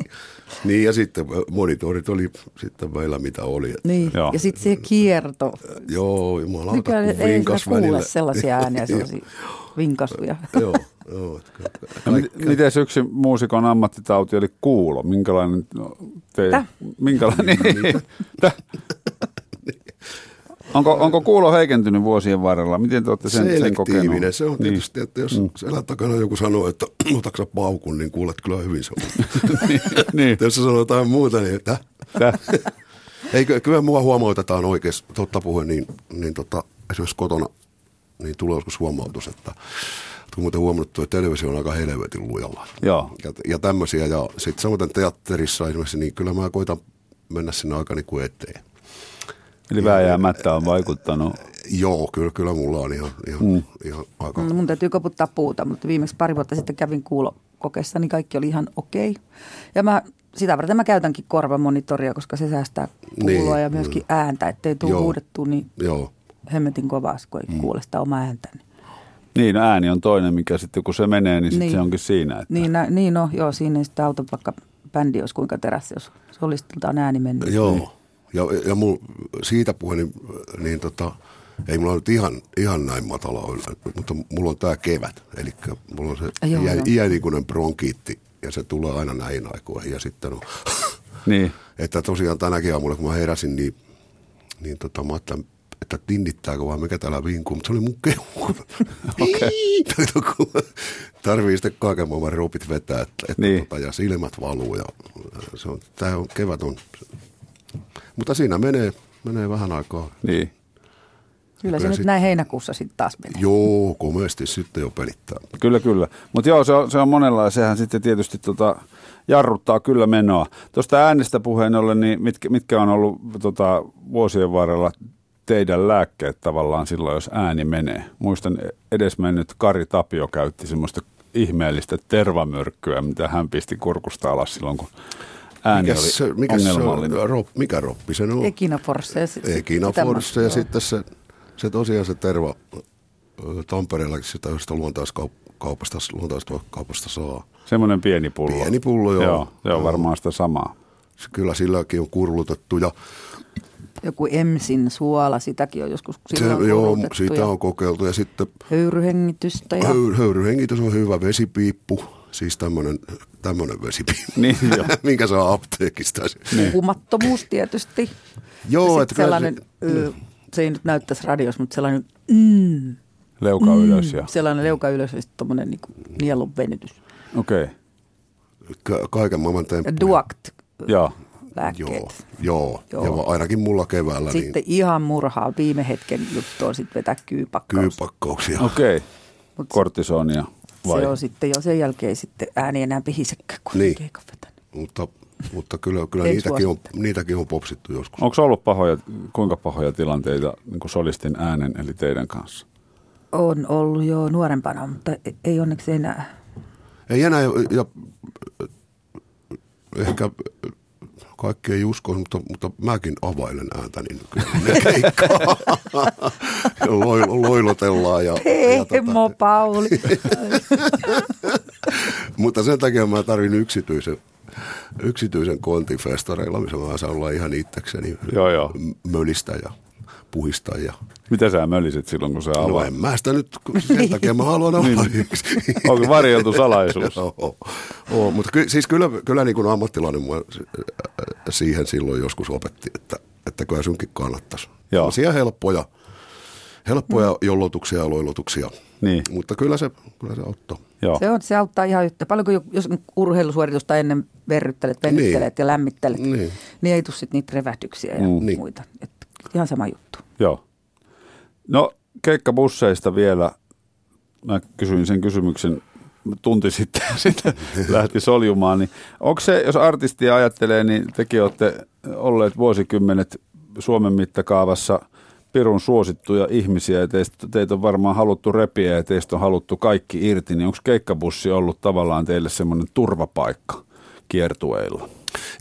Speaker 4: niin ja sitten monitorit oli sitten meillä mitä oli.
Speaker 3: Niin.
Speaker 2: Joo.
Speaker 3: Ja sitten se kierto.
Speaker 4: Joo, jumalauta,
Speaker 3: Nykyään
Speaker 4: kun
Speaker 3: ei
Speaker 4: vinkas
Speaker 3: sitä kuule
Speaker 4: välillä.
Speaker 3: sellaisia ääniä, sellaisia vinkasuja.
Speaker 4: joo, joo. että ka-
Speaker 2: No,
Speaker 4: ka-
Speaker 2: mit- Mites yksi muusikon ammattitauti oli kuulo? Minkälainen no, te,
Speaker 3: Täh?
Speaker 2: minkälainen?
Speaker 4: No niin.
Speaker 2: Täh? onko, onko kuulo heikentynyt vuosien varrella? Miten te olette sen, sen kokenut?
Speaker 4: Selektiivinen. Se on tietysti, niin. että jos mm. selän takana joku sanoo, että otaksa paukun, niin kuulet kyllä hyvin se on.
Speaker 2: niin,
Speaker 4: jos se sanoo jotain muuta, niin että
Speaker 2: täh?
Speaker 4: Eikö, kyllä mua huomautetaan oikeasti, totta puhuen, niin, niin tota, esimerkiksi kotona, niin tulee joskus huomautus, että kun muuten huomannut, tuo televisio on aika helvetin lujalla.
Speaker 2: Joo.
Speaker 4: Ja, ja tämmöisiä, ja sitten samoin teatterissa esimerkiksi, niin kyllä mä koitan mennä sinne aika niin kuin eteen.
Speaker 2: Eli vääjäämättä on vaikuttanut.
Speaker 4: Joo, kyllä, kyllä mulla on ihan, ihan, mm. ihan aika...
Speaker 3: Mun täytyy koputtaa puuta, mutta viimeksi pari vuotta sitten kävin kuulokokeessa, niin kaikki oli ihan okei. Ja mä, sitä varten mä käytänkin korvamonitoria, koska se säästää kuuloa
Speaker 4: Niin,
Speaker 3: ja myöskin
Speaker 4: mm.
Speaker 3: ääntä, ettei tule
Speaker 4: Joo. Mm.
Speaker 3: huudettua niin
Speaker 4: Joo,
Speaker 3: hemmetin kovaa, kun ei kuule sitä omaa ääntäni.
Speaker 2: Niin, no ääni on toinen, mikä sitten kun se menee, niin, sit
Speaker 3: Niin.
Speaker 2: se onkin siinä. Että,
Speaker 3: Niin, nä, niin no, joo, siinä ei sitä auta, vaikka bändi olisi kuinka terässä, jos solistiltaan ääni mennyt.
Speaker 4: joo. Ja, Niin. ja mul, siitä puheen, niin, niin tota, ei mulla nyt ihan, ihan näin matala ole, mutta mulla on tämä kevät. Eli mulla on se
Speaker 3: Joo,
Speaker 4: iä,
Speaker 3: joo.
Speaker 4: iänikuinen bronkiitti ja se tulee aina näihin aikoihin. Ja sitten on,
Speaker 2: niin.
Speaker 4: että tosiaan tänäkin aamulla, kun mä heräsin, niin, niin tota, mä ajattelin, että tinnittääkö vai mikä täällä vinkuu, mutta se oli mun kehu.
Speaker 2: Niin.
Speaker 4: Okay. Tarvii sitten kaiken maailman ropit vetää, että, että
Speaker 2: Niin.
Speaker 4: niin. tota, ja silmät valuu. Ja, se on, tää on, kevät on. Mutta siinä menee, menee vähän aikaa.
Speaker 2: niin.
Speaker 3: Kyllä se
Speaker 4: Kyllä
Speaker 3: nyt
Speaker 4: sit-
Speaker 3: näin heinäkuussa sitten taas menee.
Speaker 4: Joo, komeasti sitten jo pelittää.
Speaker 2: Kyllä, kyllä. Mutta joo, se on, se on monella ja sehän sitten tietysti tota, jarruttaa kyllä menoa. Tuosta äänestä puheen ollen, niin mitkä, mitkä on ollut tota, vuosien varrella teidän lääkkeet tavallaan silloin, jos ääni menee? Muistan edesmennyt Kari Tapio käytti semmoista ihmeellistä tervamyrkkyä, mitä hän pisti kurkusta alas silloin, kun ääni oli
Speaker 4: se,
Speaker 2: mikä
Speaker 4: mikä, se
Speaker 2: ongelmallinen.
Speaker 4: on, rop, mikä roppi se on?
Speaker 3: Ekina Force. sit- sit-
Speaker 4: Ekina
Speaker 3: sitä mä-
Speaker 4: Force ja
Speaker 3: joo.
Speaker 4: sitten se, se tosiaan se terva ö, Tampereella sitä yhdestä luontaiskaupasta, luontaiskaupasta saa.
Speaker 2: Semmoinen pieni pullo.
Speaker 4: Pieni pullo, joo.
Speaker 2: joo se on
Speaker 4: Joo.
Speaker 2: varmaan sitä samaa.
Speaker 4: Se- Kyllä silläkin on kurlutettu ja
Speaker 3: Joku emsin suola, sitäkin on joskus
Speaker 4: se,
Speaker 3: silloin
Speaker 4: joo,
Speaker 3: kulutettu
Speaker 4: sitä
Speaker 3: ja
Speaker 4: on kokeiltu ja sitten
Speaker 3: Höyryhengitystä ja
Speaker 4: höy, höyryhengitys on hyvä vesipiippu, siis tämmöinen tämmönen vesipiippu,
Speaker 2: Niin, joo. Niin.
Speaker 4: minkä saa apteekista.
Speaker 3: puhumattomuus tietysti.
Speaker 4: niin. Joo,
Speaker 3: ja
Speaker 4: että
Speaker 3: sit
Speaker 4: kyllä
Speaker 3: sellainen,
Speaker 4: se- niin.
Speaker 3: ö, se ei nyt näyttäisi radios, mutta sellainen, mm,
Speaker 2: Leuka ylös ja...
Speaker 3: sellainen leuka ylös ja sitten tuommoinen niinku nielun venytys.
Speaker 2: Okei, okay.
Speaker 4: Ka- kaiken maailman temppuja.
Speaker 3: Ja duakt
Speaker 2: joo.
Speaker 4: Niin. Joo,
Speaker 3: lääkkeet.
Speaker 4: joo, joo.
Speaker 3: Joo.
Speaker 4: Ja ainakin mulla keväällä
Speaker 3: Sitten
Speaker 4: niin
Speaker 3: ihan murhaa viime hetken juttu on sitten vetää kyypakkaus.
Speaker 4: kyypakkauksia.
Speaker 2: Okei. Okay.
Speaker 3: Mut-
Speaker 2: Kortisonia vai?
Speaker 3: Se on sitten jo sen jälkeen sitten ääni enää pihisekään, kun
Speaker 4: Niin.
Speaker 3: niin. keikan vetänyt.
Speaker 4: Mutta, mutta kyllä, kyllä
Speaker 3: Ei
Speaker 4: niitäkin, on,
Speaker 3: suosittu.
Speaker 4: niitäkin on popsittu joskus.
Speaker 2: Onko ollut pahoja, kuinka pahoja tilanteita niin kuin solistin äänen eli teidän kanssa?
Speaker 3: On ollut jo nuorempana, mutta e- ei onneksi enää.
Speaker 4: Ei enää, ja ehkä kaikki ei usko, mutta, mutta mäkin availen niin ääntäni nykyään. keikkaa. Loil, loilotellaan. Ja, ja
Speaker 3: Teemo Pauli.
Speaker 4: mutta sen takia mä tarvin yksityisen, yksityisen kontin festareilla, missä mä saan olla ihan itsekseni
Speaker 2: Joo, joo.
Speaker 4: m- mölistä ja puhista ja
Speaker 2: Mitä sä mölisit silloin, kun sä
Speaker 4: No
Speaker 2: avaat?
Speaker 4: en mä sitä nyt, kun sen takia mä haluan olla yksi.
Speaker 2: Niin. Onko varjeltu salaisuus?
Speaker 4: Joo, joo. mutta ky, siis kyllä, kyllä niin kuin ammattilainen mua s- äh, siihen silloin joskus opetti, että, että kyllä sunkin kannattaisi.
Speaker 2: Joo.
Speaker 4: Siellä helppoja, helppoja mm. jollotuksia ja loilotuksia,
Speaker 2: Niin,
Speaker 4: mutta kyllä se, kyllä se auttoi.
Speaker 2: joo.
Speaker 3: Se, on, se auttaa ihan yhtä. Paljon kuin jos urheilusuoritusta ennen verryttelet, venyttelet niin. ja lämmittelet,
Speaker 4: Niin.
Speaker 3: niin, niin ei tule sitten niitä revähdyksiä ja
Speaker 2: Mm.
Speaker 3: mm.
Speaker 4: Niin.
Speaker 3: muita. Et ihan sama juttu.
Speaker 2: joo. No, keikkabusseista vielä. Mä kysyin sen kysymyksen tunti sitten, sitten lähti soljumaan, niin onko se, jos artistia ajattelee, niin tekin olette olleet vuosikymmenet Suomen mittakaavassa pirun suosittuja ihmisiä ja teistä, teitä on varmaan haluttu repiä ja teistä on haluttu kaikki irti, niin onko keikkabussi ollut tavallaan teille semmoinen turvapaikka kiertueilla?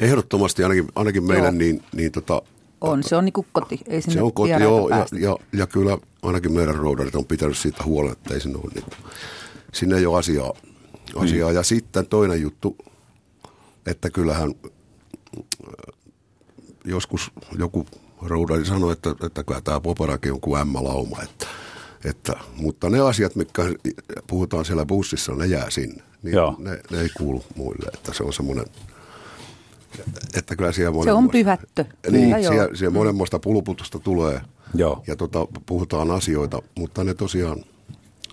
Speaker 4: Ehdottomasti ainakin, ainakin meidän,
Speaker 3: Joo.
Speaker 4: niin, niin tota,
Speaker 3: On, se on niinku koti. Ei sinne
Speaker 4: se on koti,
Speaker 3: vieraita
Speaker 4: joo, ja,
Speaker 3: päästä.
Speaker 4: ja, ja, kyllä ainakin meidän roudarit on pitänyt siitä huolen, että ei sinne ole, niin, sinne ei ole asiaa. asiaa. Ja sitten toinen juttu, että kyllähän äh, joskus joku roudari sanoi, että, että kyllä tämä poparakin on kuin M-lauma, että, että, mutta ne asiat, mitkä puhutaan siellä bussissa, ne jää sinne. Niin
Speaker 2: Joo.
Speaker 4: ne, ne, ei kuulu muille, että se on semmoinen, että kyllä siellä
Speaker 3: Se on
Speaker 4: monenmoista-
Speaker 3: pyhättö.
Speaker 4: Niin,
Speaker 3: Kyllä joo. Mm.
Speaker 4: siellä, siellä monenmoista puluputusta tulee
Speaker 2: Joo.
Speaker 4: ja tota, puhutaan asioita, mutta ne tosiaan,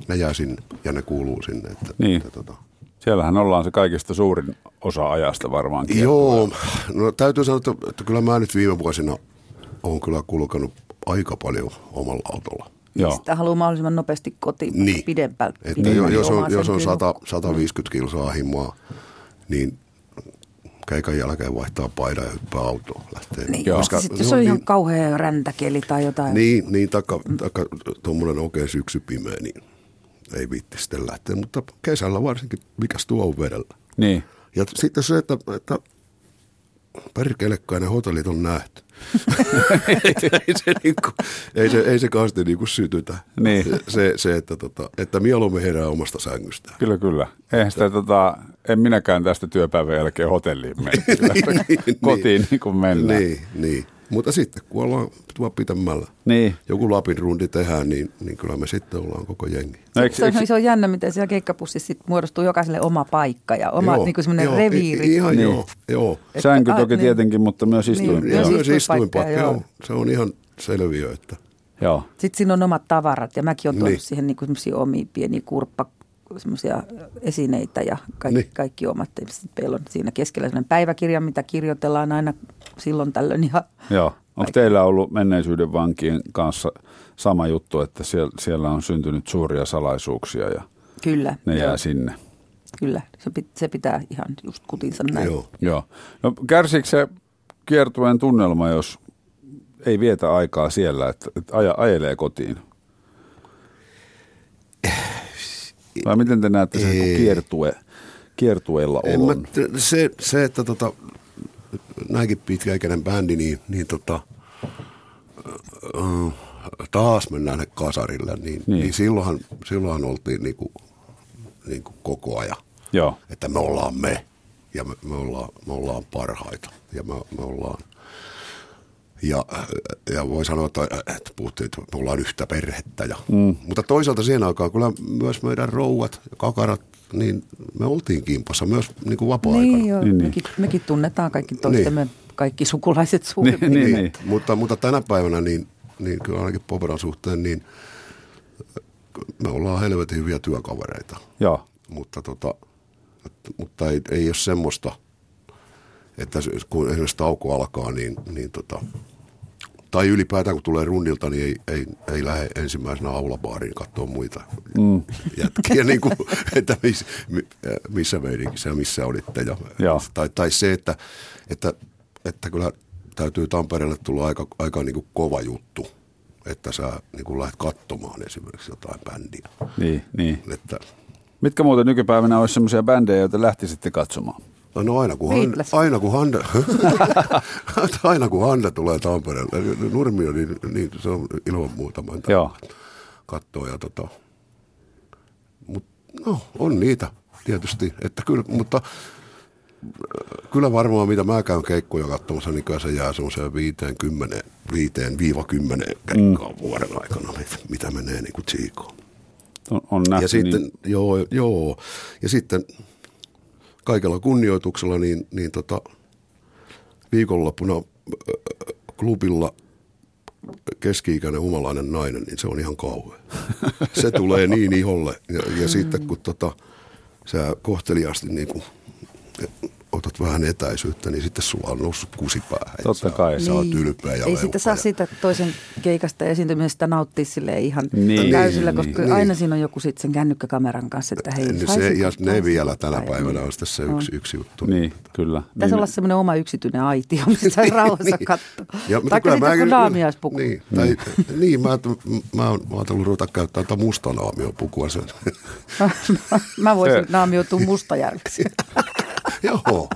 Speaker 4: ne jää sinne ja ne kuuluu sinne. Että,
Speaker 2: Niin.
Speaker 4: Että, tota.
Speaker 2: Siellähän ollaan se kaikista suurin osa ajasta varmaan
Speaker 4: Joo, no täytyy sanoa, että, että kyllä mä nyt viime vuosina olen kyllä kulkenut aika paljon omalla autolla.
Speaker 2: Joo.
Speaker 3: Sitä haluaa mahdollisimman nopeasti kotiin Niin,
Speaker 4: Niin.
Speaker 3: pidempään.
Speaker 4: Että jo,
Speaker 3: pidempään
Speaker 4: jos on,
Speaker 3: omaan
Speaker 4: jos on
Speaker 3: sänkyyn
Speaker 4: 100, 150 kilsaa himoa, niin keikan jälkeen vaihtaa paidan ja hyppää autoon lähtee.
Speaker 3: Niin,
Speaker 2: Joo.
Speaker 3: koska sitten jos on ihan kauhea räntäkeli tai
Speaker 2: Äh.
Speaker 3: jotain.
Speaker 4: Niin, niin taikka, taikka tuommoinen oikein syksy pimeä, niin ei viitti sitten lähteä. Mutta kesällä varsinkin, mikäs tuo on vedellä.
Speaker 2: Niin.
Speaker 4: Ja t- sitten se, että, että perkelekkaan ne hotellit on nähty. ei, se niinku, ei, se, ei se kaasti niinku sytytä.
Speaker 2: Niin.
Speaker 4: Se, se että, tota, että mieluummin herää omasta sängystään.
Speaker 2: Kyllä, kyllä. Eihän sitä, tota, en minäkään tästä työpäivän jälkeen hotelliin mene. Kyllä
Speaker 4: Niin.
Speaker 2: Kotiin niin kuin mennään.
Speaker 4: Niin, niin. Mutta sitten kun ollaan tuo pitemmällä,
Speaker 2: niin.
Speaker 4: joku Lapin rundi tehdään, niin, niin kyllä me sitten ollaan koko jengi.
Speaker 2: No, eikö,
Speaker 3: Se on,
Speaker 2: eikö,
Speaker 3: se on jännä, miten siellä keikkapussissa sit muodostuu jokaiselle oma paikka ja oma
Speaker 4: Joo,
Speaker 3: niin kuin semmoinen
Speaker 4: joo, i-
Speaker 3: reviiri.
Speaker 4: i- Ihan
Speaker 2: Niin.
Speaker 4: niin. joo, joo.
Speaker 2: sänky
Speaker 3: Että-
Speaker 2: toki
Speaker 3: ah, niin.
Speaker 2: tietenkin, mutta myös istuin.
Speaker 3: Niin,
Speaker 4: Ja
Speaker 2: joo.
Speaker 3: jos-
Speaker 4: myös
Speaker 3: istuinpaikka,
Speaker 4: istuinpaikka,
Speaker 3: joo.
Speaker 4: joo. Se on ihan selviö, että
Speaker 2: joo.
Speaker 3: Sitten siinä on omat tavarat ja mäkin olen tuonut
Speaker 4: Niin.
Speaker 3: siihen niin semmoisia omia pieniä kurppa semmoisia esineitä ja kaikki,
Speaker 4: Niin.
Speaker 3: kaikki omat. Ja sit Meillä on siinä keskellä sellainen päiväkirja, mitä kirjoitellaan aina silloin tällöin. Ja
Speaker 2: joo. Onko teillä ollut menneisyyden vankien kanssa sama juttu, että siellä, siellä on syntynyt suuria salaisuuksia ja
Speaker 3: kyllä,
Speaker 2: ne jää sinne?
Speaker 3: kyllä. Se, pit, se pitää ihan just kutinsa näin.
Speaker 4: joo.
Speaker 2: Joo. No kärsikö se kiertueen tunnelma, jos ei vietä aikaa siellä, että, että aja, ajelee kotiin? Vai miten te näette sen niin kuin
Speaker 4: Ei.
Speaker 2: kiertue, kiertueella
Speaker 4: En mä,
Speaker 2: olon?
Speaker 4: se, se, että tota, näinkin pitkäikäinen bändi, niin, niin tota, ö, taas mennään kasarille, niin,
Speaker 2: Niin.
Speaker 4: niin. niin silloinhan, silloinhan oltiin niinku, niinku koko ajan,
Speaker 2: Joo,
Speaker 4: että me ollaan me ja me, me, ollaan, me ollaan parhaita ja me, me ollaan ja, ja voi sanoa, että, että puhuttiin, että me ollaan yhtä perhettä. Ja, mm. Mutta toisaalta siihen aikaan kyllä myös meidän rouvat ja kakarat, niin me oltiin kimpassa myös niin kuin vapaa-aikana.
Speaker 3: Niin, joo,
Speaker 2: Niin,
Speaker 3: niin,
Speaker 2: niin.
Speaker 3: mekin, mekin tunnetaan kaikki toistemme, kaikki sukulaiset suurin
Speaker 2: Niin, niin.
Speaker 3: piirtein.
Speaker 4: Mutta, mutta tänä päivänä, niin, niin kyllä ainakin Poperan suhteen, niin me ollaan helvetin hyviä työkavereita.
Speaker 2: joo.
Speaker 4: Mutta, tota, et- mutta ei, ei ole semmoista, että se- kun esimerkiksi tauko alkaa, niin, niin tota, tai ylipäätään kun tulee rundilta, niin ei, ei, ei lähde ensimmäisenä aulabaariin katsoa muita mm. jätkiä, niin kuin, että miss, mi- äh, missä meininkissä ja missä olitte. Ja,
Speaker 2: Joo.
Speaker 4: tai, tai se, että, että, että kyllä täytyy Tampereelle tulla aika, aika niin kuin kova juttu, että sä niin kuin lähdet katsomaan esimerkiksi jotain bändiä.
Speaker 2: Niin, niin.
Speaker 4: Että,
Speaker 2: Mitkä muuten nykypäivänä olisi semmoisia bändejä, joita lähtisitte katsomaan?
Speaker 4: No, no aina kun, Hande,
Speaker 3: Beatles.
Speaker 4: aina kun Hande, aina kun Hande tulee Tampereelle, Nurmio, niin, niin se on ilman muuta monta
Speaker 2: Joo.
Speaker 4: kattoa ja tota. Mut, no, on niitä tietysti, että kyllä, mutta äh, kyllä varmaan mitä mä käyn keikkoja katsomassa, niin kyllä se jää semmoiseen 50, 5-10 keikkaa mm. vuoden aikana, mit- mitä menee niin kuin tsiikoon.
Speaker 2: On, on nähty,
Speaker 4: Ja sitten,
Speaker 2: niin,
Speaker 4: niin. joo, joo, ja sitten kaikella kunnioituksella, niin, niin tota, viikonloppuna ö, ö, klubilla keski-ikäinen humalainen nainen, niin se on ihan kauhea. Se tulee niin iholle. Ja, ja sitten kun tota, sä kohteliaasti niin kuin otat vähän etäisyyttä, niin sitten sulla on noussut kusi päähän. ja
Speaker 2: Totta
Speaker 4: sä-
Speaker 2: kai.
Speaker 4: Sä oot ylpeä ja
Speaker 3: Niin. Ei
Speaker 4: leuka
Speaker 3: sitä saa
Speaker 4: ja-
Speaker 3: siitä toisen keikasta ja esiintymisestä nauttia sille ihan
Speaker 2: Niin,
Speaker 3: täysillä,
Speaker 2: niin,
Speaker 3: koska
Speaker 4: niin.
Speaker 3: aina siinä on joku sitten sen kännykkäkameran kanssa, että hei,
Speaker 4: Niin se,
Speaker 3: saisinko
Speaker 4: ja ne
Speaker 3: taas-
Speaker 4: vielä tänä
Speaker 3: tai-
Speaker 4: päivänä on tässä yksi, yksi juttu.
Speaker 2: Niin, kyllä.
Speaker 3: Pitäisi
Speaker 2: Niin,
Speaker 3: olla niin. semmoinen oma yksityinen aitio, missä saisi rauhassa katsoa.
Speaker 4: Niin, Ja, mutta
Speaker 3: Taikka
Speaker 4: kyllä
Speaker 3: sitten
Speaker 4: mä-
Speaker 3: joku naamiaispuku.
Speaker 4: Niin, tai, niin mä, mä, oon- mä oon tullut ruveta käyttää tätä musta naamiopukua sen.
Speaker 3: Mä voisin
Speaker 2: Se-
Speaker 3: naamioitua Mustajärveksi.
Speaker 4: Joo.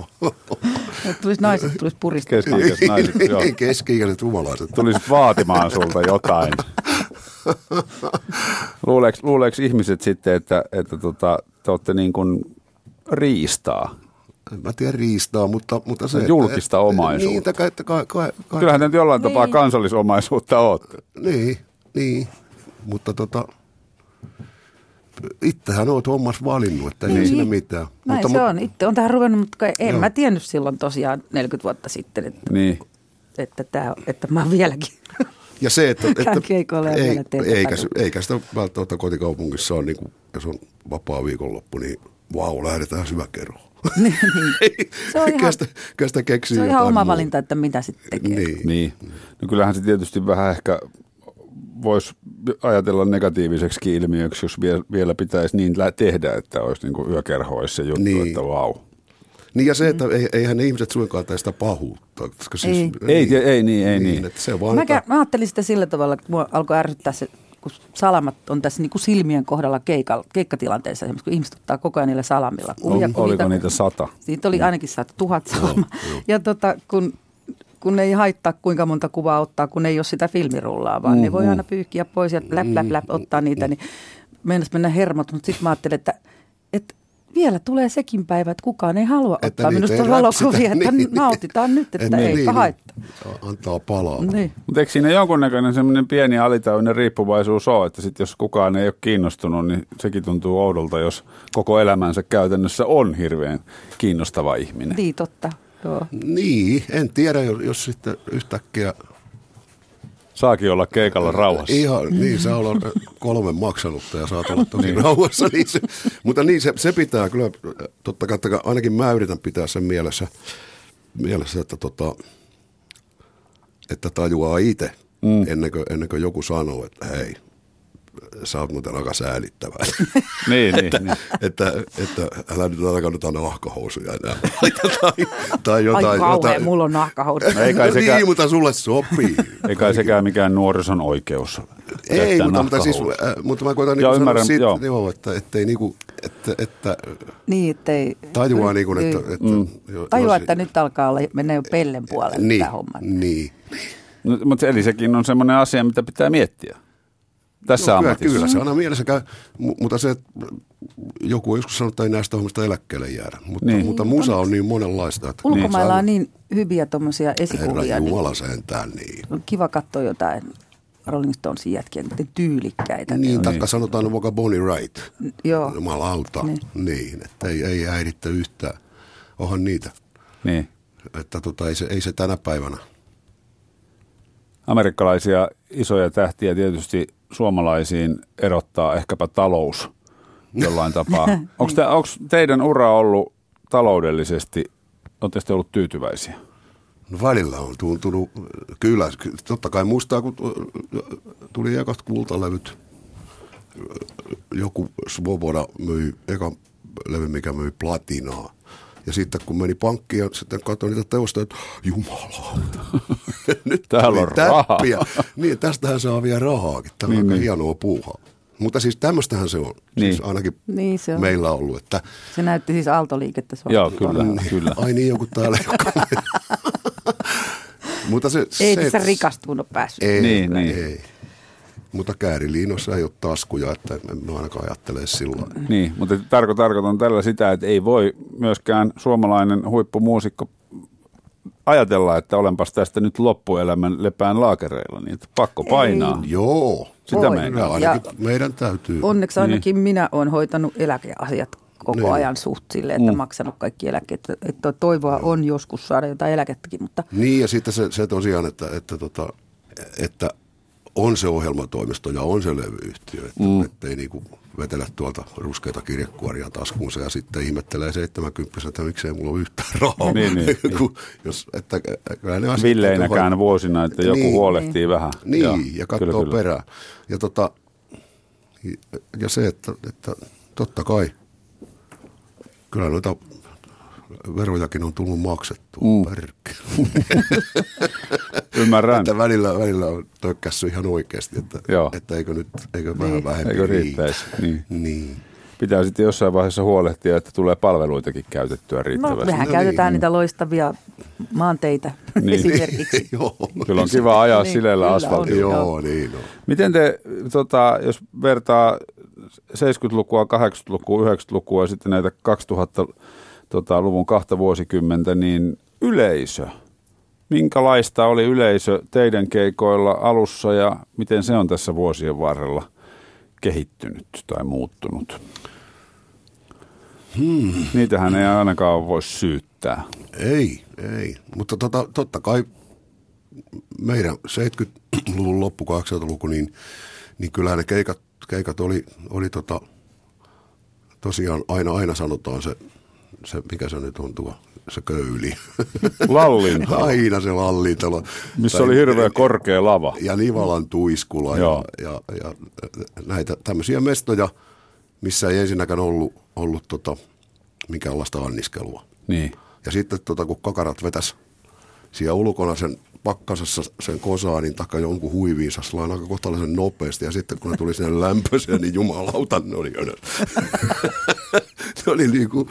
Speaker 3: Että tulisi naiset, tulisi puristaa.
Speaker 2: Keski-ikäiset naiset, joo.
Speaker 4: Ei Niin, keski-ikäiset humalaiset.
Speaker 2: Tulisi vaatimaan sulta jotain. Luuleeko, luuleeko ihmiset sitten, että, että tota, te olette niin kuin riistaa?
Speaker 4: Mä tiedän riistaa, mutta, mutta se...
Speaker 2: Julkista omaisuutta.
Speaker 4: Niin, tai, että kai, kai, kai,
Speaker 2: Kyllähän te nyt jollain tapaa
Speaker 3: Niin.
Speaker 2: kansallisomaisuutta olette.
Speaker 4: Niin, niin. Mutta tota, itsehän oot hommas valinnut, että ei
Speaker 3: Niin.
Speaker 4: siinä mitään.
Speaker 3: Näin
Speaker 4: mutta,
Speaker 3: se
Speaker 4: mu-
Speaker 3: on. Itse on tähän ruvennut, mutta kai en
Speaker 4: Joo.
Speaker 3: mä tiennyt silloin tosiaan 40 vuotta sitten, että,
Speaker 2: Niin.
Speaker 3: että, tää, että mä oon vieläkin.
Speaker 4: Ja se, että, että
Speaker 3: Tämän keikoilla ei mennä tehtävä.
Speaker 4: eikä, se- eikä sitä välttämättä kotikaupungissa ole, niin kuin, jos on vapaa viikonloppu, niin vau, lähdetään syvä keroon.
Speaker 3: Niin, niin. Se on ihan,
Speaker 4: Kestä, kestä keksii
Speaker 3: se on ihan
Speaker 4: jotain
Speaker 3: oma
Speaker 4: muuta.
Speaker 3: valinta, että mitä sitten tekee.
Speaker 4: Niin.
Speaker 2: Niin. No kyllähän se tietysti vähän ehkä voisi ajatella negatiiviseksi ilmiöksi, jos vie- vielä pitäisi niin lä- tehdä, että olisi niin kuin yökerho olisi se juttu,
Speaker 4: Niin.
Speaker 2: niin. että vau.
Speaker 4: niin. ja se, että ei, eihän ne ihmiset suinkaan tee sitä pahuutta. koska Siis,
Speaker 3: Ei.
Speaker 2: Ei, ei, ei niin, ei niin.
Speaker 4: Että se vaan,
Speaker 3: Mä,
Speaker 4: että,
Speaker 3: kä- mä ajattelin sitä sillä tavalla, että mua alkoi ärsyttää se, kun salamat on tässä niin kuin silmien kohdalla keikalla, keikkatilanteessa, esimerkiksi kun ihmiset ottaa koko ajan niillä salamilla kuvia.
Speaker 2: Ol-
Speaker 3: kun
Speaker 2: oliko niitä sata?
Speaker 3: Niitä oli ainakin saatu tuhat salamaa. Ja tota, kun, kun ei haittaa kuinka monta kuvaa ottaa, kun ei ole sitä filmirullaa, vaan ne voi aina pyyhkiä pois ja läp, läp, läp, ottaa niitä, niin meinas mennä hermot, mutta sitten mä ajattelin, että, että vielä tulee sekin päivä, että kukaan ei halua
Speaker 4: että
Speaker 3: ottaa
Speaker 4: niitä
Speaker 3: minusta
Speaker 4: ei Niin. räpsitä.
Speaker 3: valokuvia, että nautitaan nyt, että ei niin, haittaa.
Speaker 4: Antaa palaa.
Speaker 3: Niin.
Speaker 2: Mutta eikö siinä jonkunnäköinen semmoinen pieni alitajuinen riippuvaisuus ole, että sit jos kukaan ei ole kiinnostunut, niin sekin tuntuu oudolta, jos koko elämänsä käytännössä on hirveän kiinnostava ihminen.
Speaker 3: Niin, totta. Joo.
Speaker 4: Niin, en tiedä, jos, jos sitten yhtäkkiä...
Speaker 2: Saakin olla keikalla rauhassa.
Speaker 4: Ihan, niin, sä olla kolme maksanutta ja saat olla tosi rauhassa. Niin se, mutta niin, se, se pitää kyllä, totta kai, että ainakin mä yritän pitää sen mielessä, mielessä että, tota, että tajuaa itse, mm. ennen, kuin, ennen kuin joku sanoo, että hei, sä oot muuten aika säälittävää.
Speaker 2: Niin, niin, niin.
Speaker 4: että, että älä nyt alkaa nyt nahkahousuja enää. tai, tai jotain.
Speaker 3: Ai kauhean,
Speaker 4: jotain.
Speaker 3: mulla on nahkahousu.
Speaker 2: No ei kai
Speaker 4: no
Speaker 2: sekään-
Speaker 4: niin, mutta sulle sopii.
Speaker 2: Ei kai sekään mikään nuorison oikeus.
Speaker 4: Ei,
Speaker 2: jättää
Speaker 4: mutta, mutta, siis,
Speaker 2: nahkahousuja.
Speaker 4: äh, mutta mä koitan
Speaker 2: Joo,
Speaker 4: niin sanoa
Speaker 2: ymmärrän,
Speaker 4: siitä, joo.
Speaker 2: joo.
Speaker 4: Joo, että, ettei niinku, että, että
Speaker 3: Niin, ettei...
Speaker 4: tajuaa niin kuin, että... että mm.
Speaker 3: Tajua, että nyt alkaa olla, mennä jo pellen puolelle
Speaker 4: niin,
Speaker 3: tämä homma.
Speaker 4: Niin.
Speaker 2: No, mutta eli sekin on semmoinen asia, mitä pitää miettiä. Tässä no,
Speaker 4: kyllä,
Speaker 2: ammatissa.
Speaker 4: kyllä, se aina mielessä käy, mu- mutta se, että joku on joskus sanonut, että ei näistä hommista eläkkeelle jäädä. Mutta, niin.
Speaker 2: Niin.
Speaker 4: mutta musa on niin monenlaista. Että
Speaker 3: Ulkomailla on niin hyviä tuommoisia
Speaker 4: Herra
Speaker 3: esikuvia, niin
Speaker 4: Jumala sentään, niin.
Speaker 3: on kiva katsoa jotain Rolling Stonesin jätkiä, miten tyylikkäitä ne
Speaker 4: Niin,
Speaker 3: on.
Speaker 4: taikka sanotaan vaikka Bonnie Wright.
Speaker 3: Joo.
Speaker 4: Jumalauta. Niin,
Speaker 3: Niin.
Speaker 4: niin että ei, ei häiritse yhtään. Onhan niitä.
Speaker 2: Niin.
Speaker 4: Että tota, ei, se, ei se tänä päivänä.
Speaker 2: Amerikkalaisia isoja tähtiä tietysti suomalaisiin erottaa ehkäpä talous jollain tapaa.
Speaker 4: Niin.
Speaker 2: Onko teidän ura ollut taloudellisesti, oletteko te ollut tyytyväisiä?
Speaker 4: No välillä on tuntunut, kyllä, ky- totta kai muistaa, kun tuli ekat kultalevyt. Joku Svoboda myi ekan levy, mikä myi platinaa. Ja sitten kun meni pankkiin ja sitten katsoin niitä teosta, että jumalauta. Nyt
Speaker 2: Täällä on
Speaker 4: tuli
Speaker 2: rahaa.
Speaker 4: täppiä. Niin, tästähän saa vielä rahaakin. Tämä on niin, aika hienoa puuhaa. Mutta siis tämmöistähän se on. Siis
Speaker 2: Niin.
Speaker 4: ainakin
Speaker 3: Niin se on.
Speaker 4: meillä on ollut. Että,
Speaker 3: Se näytti siis aaltoliikettä Suomessa.
Speaker 2: Joo, kyllä, kyllä.
Speaker 4: Ai niin, joku täällä. joka- Mutta se,
Speaker 3: Ei
Speaker 4: se,
Speaker 3: tässä rikastunut päässyt.
Speaker 4: Ei,
Speaker 2: Niin, niin.
Speaker 4: ei. Mutta kääriliinossa ei ole taskuja, että en mä ainakaan ajattele sillä lailla.
Speaker 2: Niin, mutta tarko, tarkoitan tällä sitä, että ei voi myöskään suomalainen huippumuusikko ajatella, että olenpas tästä nyt loppuelämän lepään laakereilla, niin että pakko painaa.
Speaker 4: Joo.
Speaker 2: Sitä
Speaker 3: Voi.
Speaker 2: meinaa.
Speaker 4: Kyllä, ainakin
Speaker 3: Ja-
Speaker 4: meidän täytyy.
Speaker 3: Onneksi ainakin niin. minä olen hoitanut eläkeasiat koko
Speaker 4: Niin.
Speaker 3: niin. ajan suht silleen, että mm. maksanut kaikki eläkkeet. Että toivoa on joskus saada jotain eläkettäkin, mutta no,
Speaker 4: Niin, ja sitten se, se tosiaan, että, että, tota, että on se ohjelmatoimisto ja on se levyyhtiö, että mm. ettei niinku vetele tuolta ruskeita kirjekuoria taskuunsa ja sitten ihmettelee 70 että miksei mulla ole yhtään rahaa.
Speaker 2: Niin, niin,
Speaker 4: Kun- Jos, että, kyllä ne asiat-
Speaker 2: Villeinäkään vuosina, että joku
Speaker 4: Niin.
Speaker 2: huolehtii vähän.
Speaker 4: Niin,
Speaker 2: Joo,
Speaker 4: ja katsoo
Speaker 2: kyllä, kyllä.
Speaker 4: perään. Ja, tota, ja se, että, että totta kai, kyllä noita verojakin on tullut maksettua.
Speaker 2: Mm.
Speaker 4: Mm.
Speaker 2: Ymmärrän.
Speaker 4: Että välillä, välillä on tökkässyt ihan oikeasti, että,
Speaker 2: Joo.
Speaker 4: että eikö nyt, eikö vähän
Speaker 3: Niin.
Speaker 4: vähempi
Speaker 2: Eikö
Speaker 4: riitä.
Speaker 2: riittäisi? Niin.
Speaker 4: Niin.
Speaker 2: Pitää sitten jossain vaiheessa huolehtia, että tulee palveluitakin käytettyä
Speaker 3: No,
Speaker 2: riittävästi.
Speaker 3: mehän
Speaker 4: No
Speaker 3: käytetään
Speaker 4: niin.
Speaker 3: niitä loistavia maanteitä
Speaker 2: Niin.
Speaker 3: esimerkiksi.
Speaker 4: Joo.
Speaker 2: Kyllä on kiva ajaa
Speaker 3: Niin,
Speaker 2: sileillä
Speaker 3: kyllä
Speaker 2: asfaltilla.
Speaker 3: on.
Speaker 4: Joo, niin on.
Speaker 2: Miten te, tota, jos vertaa 70-lukua, 80-lukua, 90-lukua ja sitten näitä 2000-luvun kahta vuosikymmentä, niin yleisö, minkälaista oli yleisö teidän keikoilla alussa ja miten se on tässä vuosien varrella kehittynyt tai muuttunut? Hmm. Niitähän ei ainakaan voi syyttää.
Speaker 4: Ei, ei. Mutta tota, totta kai meidän 70-luvun loppu, 80-luku, niin, niin kyllähän ne keikat, keikat oli, oli tota, tosiaan aina, aina sanotaan se, se, mikä se nyt on tuo, se köyli.
Speaker 2: Lallinta,
Speaker 4: aina se lallintalo.
Speaker 2: missä
Speaker 4: Tai-
Speaker 2: oli hirveä korkea lava.
Speaker 4: ja Nivalan tuiskula ja,
Speaker 2: Joo.
Speaker 4: ja, ja näitä tämmöisiä mestoja, missä ei ensinnäkään ollut, ollut tota, minkäänlaista anniskelua.
Speaker 2: Niin.
Speaker 4: Ja sitten tota, kun kakarat vetäs siellä ulkona sen pakkasessa sen kosaanin takaa jonkun huiviinsa sillä aika kohtalaisen nopeasti. Ja sitten kun ne tuli sinne lämpöiseen, niin jumalauta, ne oli hönös. ne oli niin kuin,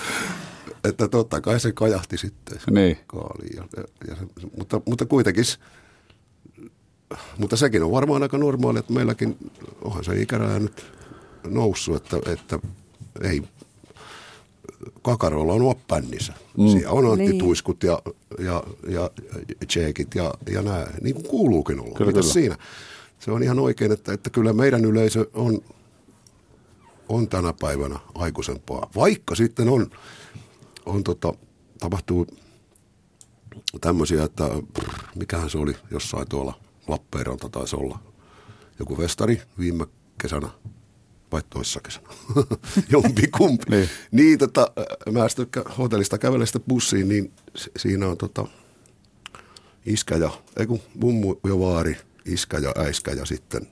Speaker 4: että totta kai se kajahti sitten.
Speaker 2: Niin.
Speaker 4: Kaali ja, ja se, mutta, mutta kuitenkin, s- mutta sekin on varmaan aika normaali, että meilläkin onhan se ikäraja nyt noussut, että, että ei kakarolla on oma pännissä. Mm. Siellä on
Speaker 3: Niin.
Speaker 4: anttituiskut ja, ja, ja tseekit ja, ja nää, niin kuin kuuluukin olla.
Speaker 2: Kyllä,
Speaker 4: Mitäs
Speaker 2: kyllä.
Speaker 4: siinä? Se on ihan oikein, että, että kyllä meidän yleisö on, on tänä päivänä aikuisempaa. Vaikka sitten on, on tota, tapahtuu tämmöisiä, että prr, mikähän se oli jossain tuolla Lappeenranta taisi olla. Joku vestari viime kesänä vai toissa kesänä. Jompi kumpi. niin.
Speaker 2: Niin.
Speaker 4: niin tota, mä sitten kä- hotellista kävelen sitten bussiin, niin si- siinä on tota, iskä ja, ei kun mummu ja vaari, iskä ja äiskä ja sitten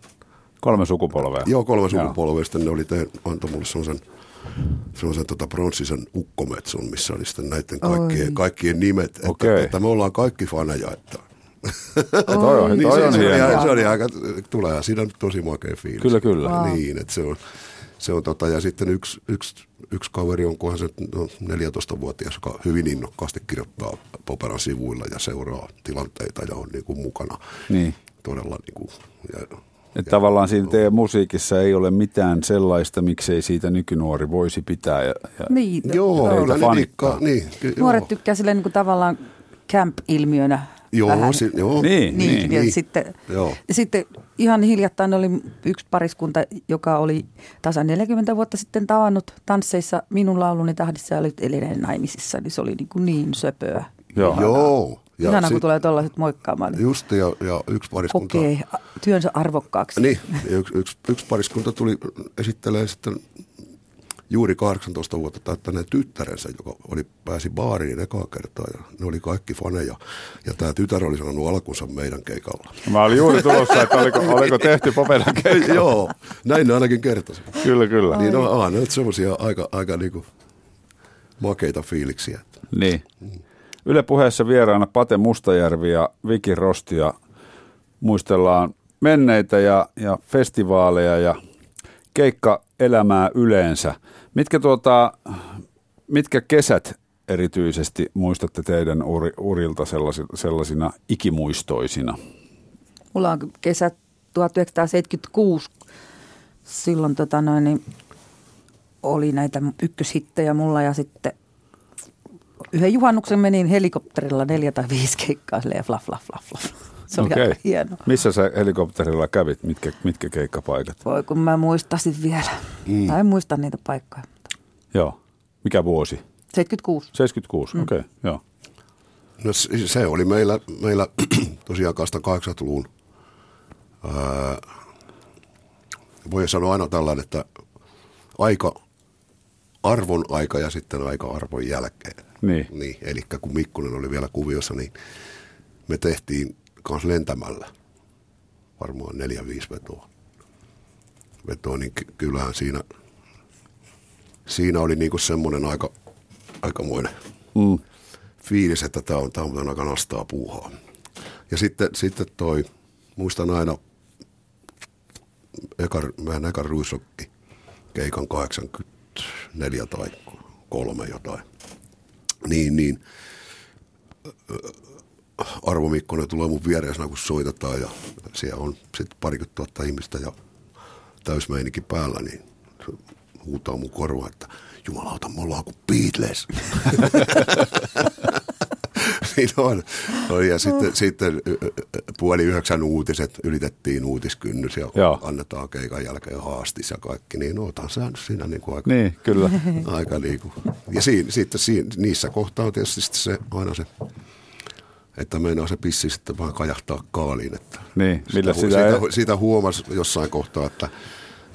Speaker 2: Kolme sukupolvea.
Speaker 4: Joo, kolme sukupolvea. Sitten ne oli te, antoi mulle semmoisen semmoisen tota pronssisen ukkometsun, missä oli sitten näiden kaikkien, kaikkien nimet. Että,
Speaker 2: Okei.
Speaker 4: että, me ollaan kaikki faneja. Että, Niin,
Speaker 2: Toi on,
Speaker 3: Oi,
Speaker 2: toi
Speaker 4: se,
Speaker 2: on
Speaker 4: se, oli,
Speaker 2: hienoa.
Speaker 4: ihan- se oli aika, tulee siinä nyt tosi makea fiilis.
Speaker 2: Kyllä, kyllä.
Speaker 3: Vau.
Speaker 4: Niin, että se on, se on tota, ja sitten yksi, yksi, yksi kaveri on, kunhan se no, 14-vuotias, joka hyvin innokkaasti kirjoittaa Poperan sivuilla ja seuraa tilanteita ja on niin kuin mukana.
Speaker 2: Niin.
Speaker 4: Todella niin kuin, ja,
Speaker 2: Että tavallaan siinä teidän musiikissa ei ole mitään sellaista, miksei siitä nykynuori voisi pitää. Ja, ja
Speaker 3: Niin,
Speaker 4: Joo,
Speaker 2: Teitä
Speaker 4: kyllä ne
Speaker 2: fanittaa.
Speaker 4: dikkaa. Niin, ky- joo.
Speaker 3: nuoret tykkää silleen niin kuin tavallaan camp-ilmiönä
Speaker 4: Joo,
Speaker 3: vähän.
Speaker 4: si- joo.
Speaker 2: Niin.
Speaker 3: Niin, niin, ja
Speaker 4: niin.
Speaker 3: Sitten,
Speaker 4: Joo.
Speaker 3: ja sitten ihan hiljattain oli yksi pariskunta, joka oli tasan 40 vuotta sitten tavannut tansseissa minun lauluni tahdissa ja oli edelleen naimisissa, niin se oli niin, kuin niin söpöä.
Speaker 2: joo. joo.
Speaker 4: Joo.
Speaker 3: Ja Ihana, kun
Speaker 4: sit-
Speaker 3: tulee tuollaiset moikkaamaan, niin
Speaker 4: Just, ja, ja yksi pariskunta.
Speaker 3: kokee a- työnsä arvokkaaksi.
Speaker 4: Niin, ja yksi, yksi, yksi pariskunta tuli esittelee sitten juuri 18 vuotta täyttäneen tyttärensä, joka oli, pääsi baariin ekaa kertaa ja ne oli kaikki faneja. Ja tämä tytär oli sanonut alkunsa meidän keikalla.
Speaker 2: Mä olin juuri tulossa, että oliko, oliko tehty Popelan keikka.
Speaker 4: Joo, näin ne ainakin kertoisi.
Speaker 2: Kyllä, kyllä.
Speaker 4: Niin no, aah, ne on semmoisia aika, aika niinku makeita fiiliksiä.
Speaker 2: Niin. Yle puheessa vieraana Pate Mustajärvi ja Viki Rosti ja muistellaan menneitä ja, ja festivaaleja ja keikkaelämää yleensä. Mitkä, tuota, mitkä kesät erityisesti muistatte teidän uri, urilta sellaisina, sellaisina ikimuistoisina?
Speaker 3: Mulla on kesä 1976. Silloin tota noin, niin oli näitä ykköshittejä mulla ja sitten yhden juhannuksen menin helikopterilla neljä tai viisi keikkaa silleen fla fla fla fla. Se oli okay.
Speaker 2: Okei.
Speaker 3: aika hienoa.
Speaker 2: Missä sä helikopterilla kävit? Mitkä, mitkä keikkapaikat?
Speaker 3: Voi kun mä muistasin vielä. Mm. Tai en muista niitä paikkoja.
Speaker 2: Joo. Mikä vuosi?
Speaker 3: 76.
Speaker 2: 76, mm. okei, okay, joo.
Speaker 4: No se se oli meillä, meillä tosiaan 80-luvun Ää, voi sanoa aina tällainen, että aika arvon aika ja sitten aika arvon jälkeen.
Speaker 2: Niin.
Speaker 4: niin Eli kun Mikkonen oli vielä kuviossa, niin me tehtiin kanssa lentämällä varmaan neljä viisi vetoa. vetoa niin ky- kyllähän siinä, siinä oli niinku semmoinen aika, aikamoinen mm. fiilis, että tämä on, tää on aika nastaa puuhaa. Ja sitten, sitten toi, muistan aina eka, meidän ekan ruisokki keikan 84 tai kolme jotain. Niin, niin. äh, Arvo Mikkonen tulee mun vieressä, kun soitetaan ja siellä on sitten parikymmentä tuhatta ihmistä ja täysmeininki päällä, niin se huutaa mun korva, että jumalauta, me ollaan kuin Beatles. niin on. on. Ja sitten, sitten puoli yhdeksän uutiset, ylitettiin uutiskynnys ja
Speaker 2: Joo.
Speaker 4: annetaan keikan jälkeen haastis ja kaikki, niin ootan sä siinä niin kuin aika,
Speaker 2: Niin, kyllä.
Speaker 4: aika niin kuin. Ja siinä, sitten siinä, niissä kohtaa on tietysti sitten se, aina se, että meinaa se pissi sitten vähän kajahtaa kaaliin. Että
Speaker 2: Niin, millä
Speaker 4: hu-
Speaker 2: sitä
Speaker 4: siitä,
Speaker 2: ei-
Speaker 4: hu- siitä huomasi jossain kohtaa, että,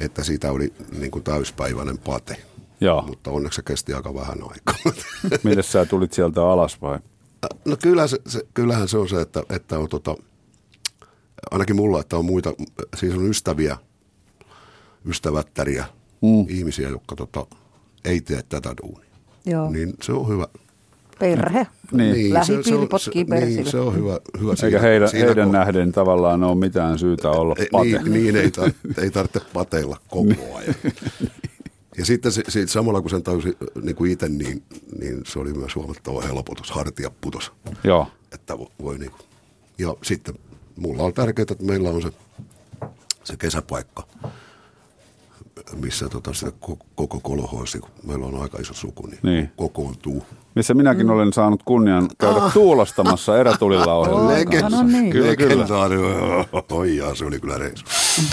Speaker 4: että siitä oli niin kuin täyspäiväinen pate.
Speaker 2: Joo.
Speaker 4: Mutta onneksi se kesti aika vähän aikaa.
Speaker 2: Mille sä tulit sieltä alas vai?
Speaker 4: No kyllä se, se, kyllähän se on se, että, että on tota, ainakin mulla, että on muita, siis on ystäviä, ystävättäriä, mm. ihmisiä, jotka tota, ei tee tätä duunia.
Speaker 3: Joo. Niin.
Speaker 4: Niin se on hyvä. Niin,
Speaker 3: Perhe.
Speaker 4: se, se,
Speaker 3: Lähipiiri
Speaker 4: on,
Speaker 3: potkii
Speaker 4: se, niin, se
Speaker 3: persille.
Speaker 4: on hyvä, hyvä
Speaker 2: Niin. Eikä heidän, heidän
Speaker 4: koht-
Speaker 2: nähden tavallaan ole mitään syytä olla
Speaker 4: Ei-
Speaker 2: pate.
Speaker 4: Niin, niin ei, tar, ei tarvitse pateilla koko ajan. Ja sitten se, se, samalla kun sen tajusi niin kuin itse, niin, niin se oli myös huomattava helpotus, hartia putos.
Speaker 2: Joo,
Speaker 4: että vo- voi niin Ja sitten mulla on tärkeää, että meillä on se, se kesäpaikka, missä tota sitä ko- koko kolhoisi, kun meillä on aika iso suku, niin,
Speaker 2: Niin.
Speaker 4: niin. kokoontuu.
Speaker 2: missä
Speaker 4: Mm.
Speaker 2: minäkin olen saanut kunnian käydä
Speaker 4: Ah.
Speaker 2: tuulastamassa erätulilla ohjelman
Speaker 4: Lege-
Speaker 2: kanssa.
Speaker 3: no niin.
Speaker 2: Kyllä, kyllä.
Speaker 4: legendaarinen. Oi jaa, se oli kyllä reissu.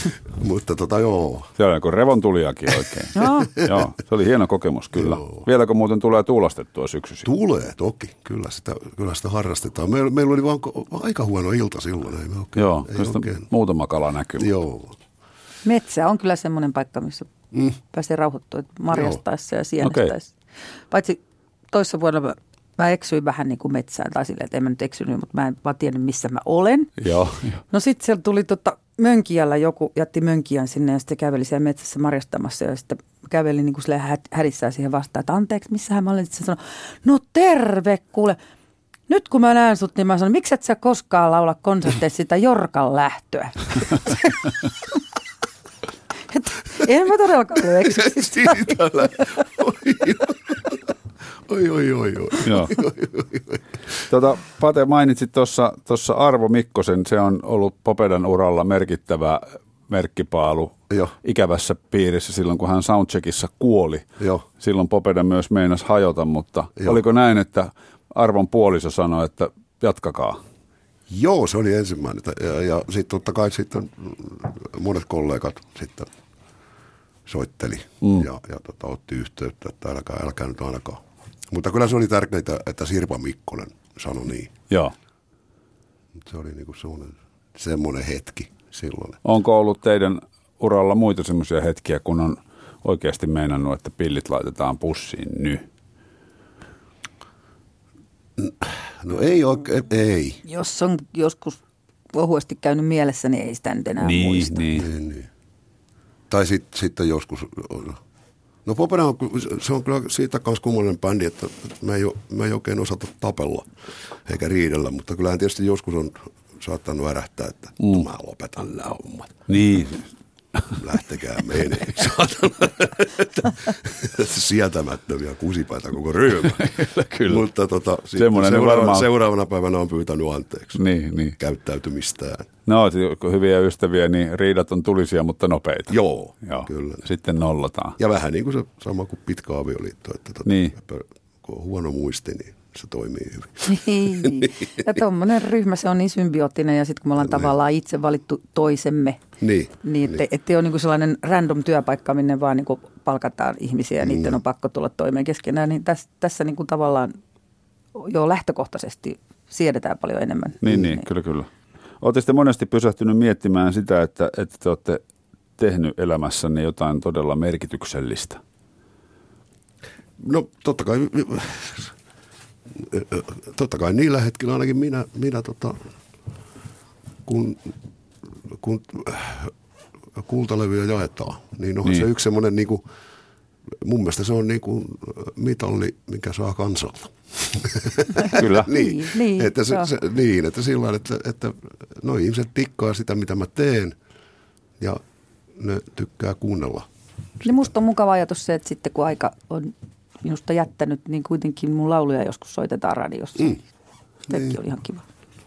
Speaker 4: Mutta tota joo,
Speaker 2: Se oli kuin revontuliakin oikein.
Speaker 3: Joo.
Speaker 2: Joo, se oli hieno kokemus kyllä. Vieläkö muuten tulee tuulastettua syksyisin?
Speaker 4: tulee toki, kyllä sitä, kyllä sitä harrastetaan. Meillä, meillä oli vaan ko- aika huono ilta silloin, ei me oikein.
Speaker 2: Joo,
Speaker 4: ei
Speaker 2: tästä
Speaker 4: oikein.
Speaker 2: muutama kala näkyy.
Speaker 4: Joo,
Speaker 3: Metsä on kyllä semmoinen paikka, missä mm. pääsee rauhoittumaan marjastaessa ja sienestäessä. Okay. Paitsi toissa vuonna mä, mä eksyin vähän niin kuin metsään tai silleen, että en mä nyt eksynyt, mutta mä en vaan tiennyt, missä mä olen.
Speaker 2: Joo,
Speaker 3: No sitten siellä tuli tota, mönkijällä joku, jätti mönkijän sinne ja sitten käveli siellä metsässä marjastamassa ja sitten käveli niin kuin silleen hä- hädissään siihen vastaan, että anteeksi, missähän mä olen. Sitten sanoi, no terve kuule, nyt kun mä näen sut, niin mä sanon, miksi et sä koskaan laula konserteissa sitä Jorkan lähtöä? Et, en mä todellakaan ole eksynyt.
Speaker 4: Siitä lä- Oi, oi, oi, oi.
Speaker 2: joo. Tota, Pate mainitsit tuossa tuossa Arvo Mikkosen, se on ollut Popedan uralla merkittävä merkkipaalu
Speaker 4: Joo.
Speaker 2: ikävässä piirissä silloin, kun hän soundcheckissa kuoli.
Speaker 4: Joo.
Speaker 2: Silloin Popeda myös meinasi hajota, mutta
Speaker 4: Joo.
Speaker 2: oliko näin, että Arvon puoliso sanoi, että jatkakaa?
Speaker 4: Joo, se oli ensimmäinen. Ja, ja sitten totta kai sitten monet kollegat sitten soitteli mm. ja, ja tota, otti yhteyttä, että älkää, älkää nyt ainakaan. Mutta kyllä se oli tärkeää, että Sirpa Mikkonen sanoi niin.
Speaker 2: Joo.
Speaker 4: Se oli niinku semmoinen, semmoinen hetki silloin.
Speaker 2: Onko ollut teidän uralla muita semmoisia hetkiä, kun on oikeasti meinannut, että pillit laitetaan pussiin nyt?
Speaker 4: No ei oikein, ei.
Speaker 3: Jos on joskus ohuesti käynyt mielessä, niin ei sitä nyt enää muista.
Speaker 2: niin.
Speaker 4: Niin, niin. Tai sit, sitten joskus... No Popera on, ky- se on kyllä siitä kanssa kummallinen bändi, että me ei, o- me ei oikein osata tapella eikä riidellä, mutta kyllähän tietysti joskus on saattanut ärähtää, että mm. mä lopetan nämä hommat.
Speaker 2: Niin,
Speaker 4: Lähtekää menee. Saatana. Sietämättömiä kusipäitä koko ryhmä.
Speaker 2: kyllä.
Speaker 4: Mutta tota, sitten
Speaker 2: Semmoinen ne
Speaker 4: seuraavana,
Speaker 2: varmaan-
Speaker 4: seuraavana päivänä on pyytänyt anteeksi
Speaker 2: niin, niin.
Speaker 4: käyttäytymistään.
Speaker 2: No, siis kun hyviä ystäviä, niin riidat on tulisia, mutta nopeita.
Speaker 4: Joo,
Speaker 2: Joo.
Speaker 4: kyllä.
Speaker 2: Sitten nollataan.
Speaker 4: Ja vähän niin kuin se sama kuin pitkä avioliitto, että tota,
Speaker 2: Niin.
Speaker 4: pö- kun on huono muisti, niin se toimii hyvin.
Speaker 3: Niin. Ja tuommoinen ryhmä, se on niin symbioottinen ja sitten kun me ollaan tavallaan itse valittu toisemme,
Speaker 4: Niin,
Speaker 3: niin ettei, ettei ole niinku sellainen random työpaikka, minne vaan niinku palkataan ihmisiä ja niiden on pakko tulla toimeen keskenään, niin tässä, tässä niinku tavallaan jo lähtökohtaisesti siedetään paljon enemmän.
Speaker 2: Niin, niin, kyllä, kyllä. Olette sitten monesti pysähtynyt miettimään sitä, että, että te olette tehnyt elämässänne jotain todella merkityksellistä.
Speaker 4: No totta kai, totta kai niillä hetkillä ainakin minä, minä tota, kun, kun äh, kultalevyjä jaetaan, niin onhan
Speaker 2: Niin.
Speaker 4: niin. se yksi semmoinen niinku, mun mielestä se on niinku mitalli, mikä saa kansalta.
Speaker 2: Kyllä.
Speaker 4: niin,
Speaker 3: niin,
Speaker 4: että se,
Speaker 3: joo.
Speaker 4: se, niin, että sillä lailla, että, että no ihmiset tikkaa sitä, mitä mä teen ja ne tykkää kuunnella.
Speaker 3: Niin musta on mukava ajatus se, että sitten kun aika on minusta jättänyt, niin kuitenkin mun lauluja joskus soitetaan radiossa. Mm. Sekin niin. on ihan kiva.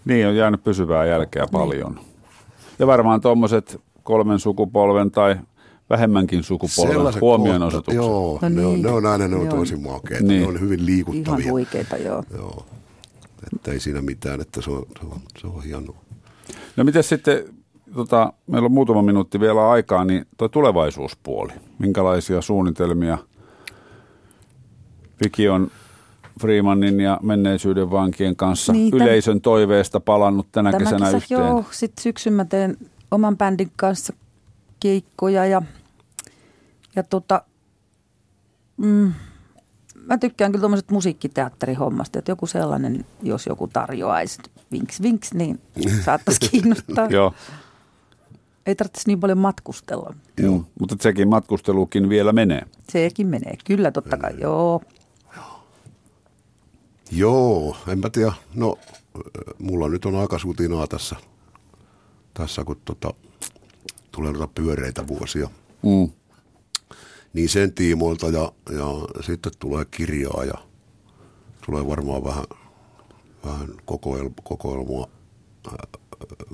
Speaker 2: Niin, on jäänyt pysyvää jälkeä paljon. Ja varmaan tuommoiset kolmen sukupolven tai vähemmänkin sukupolven
Speaker 4: Sellaiset
Speaker 2: huomionosoitukset.
Speaker 4: kohta- Joo,
Speaker 3: No
Speaker 4: no ne, on,
Speaker 3: niin.
Speaker 4: ne on aina ne on
Speaker 3: Joo.
Speaker 4: tosi makeita.
Speaker 2: Niin.
Speaker 4: Ne on hyvin
Speaker 3: Ihan
Speaker 4: liikuttavia.
Speaker 3: huikeita, joo.
Speaker 4: Joo. Että ei siinä mitään, että se on, se on, se on hienoa.
Speaker 2: No miten sitten, tota, meillä on muutama minuutti vielä aikaa, niin tuo tulevaisuuspuoli. Minkälaisia suunnitelmia Viki on Freemanin ja menneisyyden vankien kanssa
Speaker 3: Niin,
Speaker 2: Niitä.
Speaker 3: tämän-
Speaker 2: yleisön toiveesta palannut tänä
Speaker 3: Tämä
Speaker 2: kesänä
Speaker 3: kesä,
Speaker 2: yhteen?
Speaker 3: Joo, sitten syksyn mä teen oman bändin kanssa keikkoja ja, ja tota, mm, mä tykkään kyllä tuommoiset musiikkiteatterihommasta, että joku sellainen, jos joku tarjoaisi vinks vinks, niin saattaisi kiinnostaa.
Speaker 2: Joo.
Speaker 3: Ei tarvitsisi niin paljon matkustella.
Speaker 2: Joo. Mm, Mutta sekin matkustelukin vielä menee.
Speaker 3: Sekin menee, kyllä totta
Speaker 4: Mm.
Speaker 3: kai, joo.
Speaker 4: Joo, en mä tiedä. No, äh, mulla nyt on aika sutinaa tässä, tässä kun tota, tulee noita pyöreitä vuosia.
Speaker 2: Mm.
Speaker 4: Niin sen tiimoilta ja, ja sitten tulee kirjaa ja tulee varmaan vähän, vähän kokoel, kokoelmaa äh,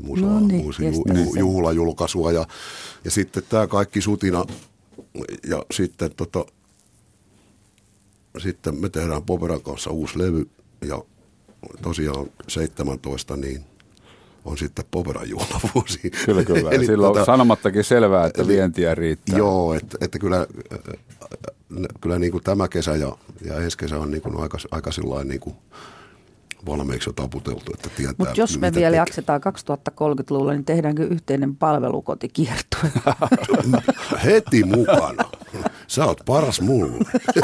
Speaker 4: musa,
Speaker 3: No niin,
Speaker 4: uusi ju,
Speaker 3: kestäs
Speaker 4: ju,
Speaker 3: se.
Speaker 4: juhlajulkaisua ja, ja sitten tämä kaikki sutina ja sitten tota, sitten me tehdään Poperan kanssa uusi levy ja tosiaan 17 niin on sitten Poperan juhlavuosi.
Speaker 2: Kyllä, kyllä. Eli Silloin tota... sanomattakin selvää, että vientiä riittää.
Speaker 4: Joo, että, että kyllä, äh, n- kyllä niin kuin tämä kesä ja, ja ensi kesä on niin kuin aika, aika sillain niin kuin valmiiksi jo taputeltu, että tietää.
Speaker 3: Mutta jos me
Speaker 4: mitä
Speaker 3: vielä
Speaker 4: tekee.
Speaker 3: jaksetaan 2030-luvulla, niin tehdäänkö yhteinen palvelukotikiertue?
Speaker 4: Heti mukana. Sä oot paras mulle.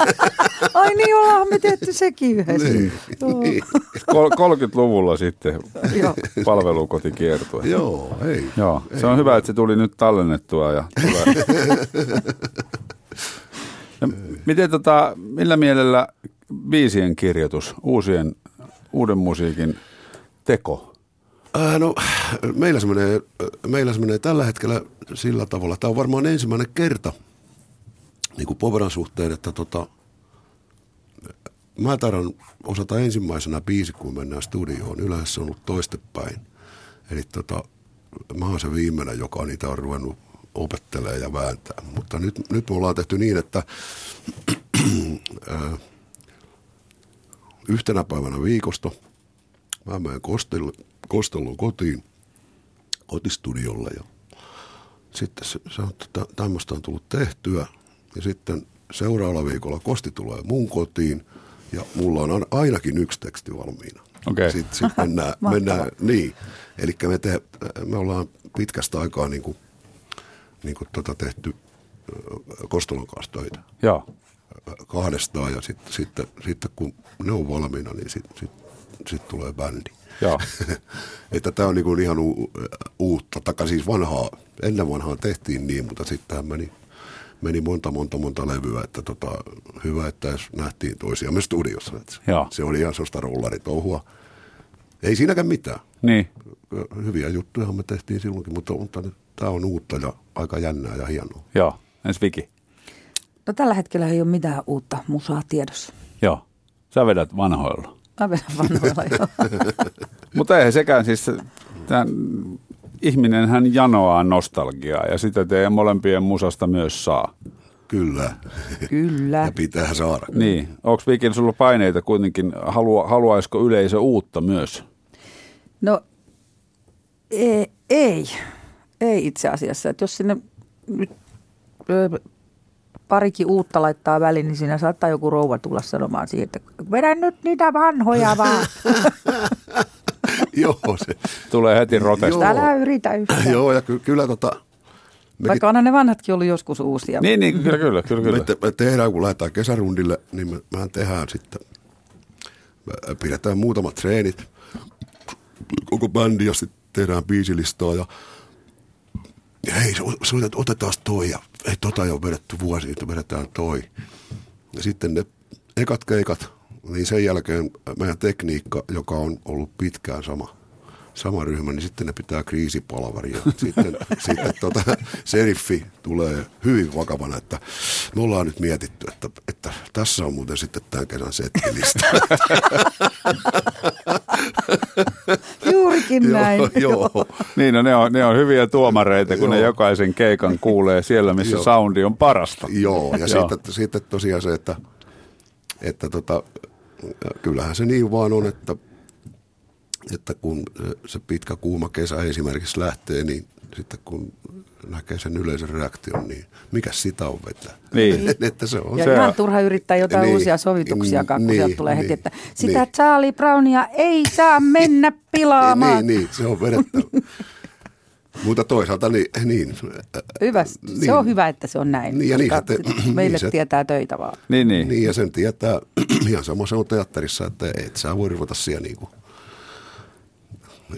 Speaker 3: Ai niin, ollaan me tehty sekin yhdessä.
Speaker 4: Niin,
Speaker 3: Joo.
Speaker 4: niin.
Speaker 2: Kol- 30-luvulla sitten
Speaker 3: Joo.
Speaker 2: palvelukotikiertue.
Speaker 4: Joo, ei.
Speaker 2: Joo, se on hyvä, että se tuli nyt tallennettua. Ja tulee. no, miten tota, millä mielellä biisien kirjoitus, uusien, uuden musiikin teko?
Speaker 4: Äh, no, meillä se, menee, meillä se menee tällä hetkellä sillä tavalla. Tämä on varmaan ensimmäinen kerta niin kuin Poveran suhteen, että tota, mä tarvitsen osata ensimmäisenä biisi, kun mennään studioon. Yleensä se on ollut toistepäin. Eli tota, mä oon se viimeinen, joka niitä on ruvennut opettelemaan ja vääntää. Mutta nyt, nyt me ollaan tehty niin, että äh, yhtenä päivänä viikosta – Mä menen kostelle, kostellon kotiin, kotistudiolle ja sitten se, se on, että tämmöistä on tullut tehtyä. Ja sitten seuraavalla viikolla kosti tulee mun kotiin ja mulla on ain- ainakin yksi teksti valmiina.
Speaker 2: Okei.
Speaker 4: Sitten sit mennään,
Speaker 3: Mahtavaa.
Speaker 4: mennään, niin. Eli me, te, me ollaan pitkästä aikaa niin kuin, niin kuin tota tehty ö, Kostolon kanssa töitä
Speaker 2: Joo,
Speaker 4: kahdestaan ja sitten sit, sit, kun ne on valmiina, niin sitten sit, sit tulee bändi.
Speaker 2: joo.
Speaker 4: että tämä on niinku ihan u- uutta, taikka siis vanhaa, ennen vanhaa tehtiin niin, mutta sittenhän meni, meni monta, monta, monta levyä, että tota, hyvä, että edes nähtiin toisiamme studiossa. Että se-
Speaker 2: Joo.
Speaker 4: se oli ihan sellaista rullaritouhua. Ei siinäkään mitään.
Speaker 2: Niin,
Speaker 4: Hyviä juttuja me tehtiin silloinkin, mutta, mutta tämä on uutta ja aika jännää ja hienoa.
Speaker 2: joo. Ensi Viki.
Speaker 3: No tällä hetkellä ei ole mitään uutta musaa tiedossa.
Speaker 2: Joo. Sä vedät vanhoilla.
Speaker 3: Mä vedän vanhoilla jo.
Speaker 2: Mutta eihän sekään siis, tämän, ihminen hän janoaa nostalgiaa ja sitä teidän molempien musasta myös saa.
Speaker 4: Kyllä.
Speaker 3: Kyllä.
Speaker 4: Ja pitää saada.
Speaker 2: Niin, onko Vikin sulla paineita kuitenkin, Halua, haluaisiko yleisö uutta myös?
Speaker 3: No ei, ei, ei itse asiassa. Et jos sinne nyt ö, parikin uutta laittaa väliin, niin siinä saattaa joku rouva tulla sanomaan siihen, että vedä nyt niitä vanhoja vaan.
Speaker 4: Joo, se.
Speaker 2: Tulee heti rotesta.
Speaker 4: Joo.
Speaker 5: Älä yritä yhtään.
Speaker 4: Joo, ja ky- kyllä tota, mekin
Speaker 3: Vaikka onhan ne vanhatkin ollut joskus uusia.
Speaker 2: Niin, niin, kyllä, kyllä, kyllä.
Speaker 4: me,
Speaker 2: kyllä.
Speaker 4: te, me tehdään, kun lähdetään kesärundille, niin me, mehän tehdään sitten, me pidetään muutamat treenit, koko bändi ja sitten tehdään biisilistaa ja, ja hei, soitat, otetaan toi ja hei, tota ei ole vedetty vuosi, että vedetään toi. Ja sitten ne ekat keikat, niin sen jälkeen meidän tekniikka, joka on ollut pitkään sama, sama ryhmä, niin sitten ne pitää kriisipalvaria. Sitten, sitten tota, seriffi tulee hyvin vakavana, että me ollaan nyt mietitty, että, että tässä on muuten sitten tämän kesän settilista.
Speaker 3: Juurikin näin.
Speaker 4: joo, joo.
Speaker 2: Niin, no ne on, ne on hyviä tuomareita, kun ne
Speaker 4: Joo.
Speaker 2: jokaisen keikan kuulee siellä, missä
Speaker 4: Joo.
Speaker 2: soundi on parasta.
Speaker 4: Joo, ja
Speaker 2: Joo.
Speaker 4: sitten, sitten tosiaan se, että, että tota, kyllähän se niin vaan on, että, että kun se pitkä kuuma kesä esimerkiksi lähtee, niin sitten kun näkee sen yleisön reaktion, niin mikä sitä on vetää?
Speaker 2: Niin.
Speaker 4: että se on
Speaker 3: Ja
Speaker 4: se.
Speaker 2: Se-
Speaker 3: ihan turha yrittää jotain
Speaker 4: Niin,
Speaker 3: uusia sovituksia, kun
Speaker 4: niin,
Speaker 3: sieltä tulee heti,
Speaker 4: niin,
Speaker 3: että sitä
Speaker 4: niin.
Speaker 3: Charlie Brownia ei saa mennä pilaamaan.
Speaker 4: Niin, niin, se on vedettävä. Mutta toisaalta niin, niin,
Speaker 3: Hyvä. Se
Speaker 4: Niin.
Speaker 3: on hyvä, että se on näin.
Speaker 4: Niin, ja
Speaker 3: koska
Speaker 4: niinhän te-
Speaker 3: sit meille
Speaker 4: niin se-
Speaker 3: tietää töitä vaan.
Speaker 2: Niin, niin.
Speaker 4: niin, ja sen tietää ihan sama se on teatterissa, että et sä voi ruveta siellä niinku.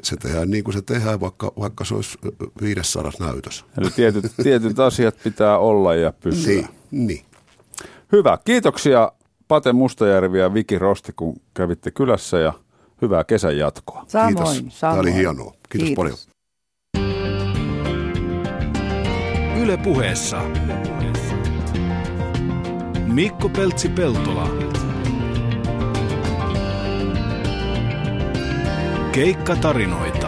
Speaker 4: Se tehdään niin kuin se tehdään, vaikka, vaikka se olisi ö, 500 näytös.
Speaker 2: Eli tietyt, tietyt asiat pitää olla ja pysyä.
Speaker 4: Niin, niin.
Speaker 2: Hyvä. Kiitoksia Pate Mustajärvi ja Viki Rosti, kun kävitte kylässä ja hyvää kesän jatkoa.
Speaker 3: Samoin,
Speaker 4: Kiitos. Tämä
Speaker 3: samoin.
Speaker 4: oli hienoa. Kiitos, Kiitos. paljon.
Speaker 1: Yle puheessa. Mikko Peltsi-Peltola. Keikkatarinoita.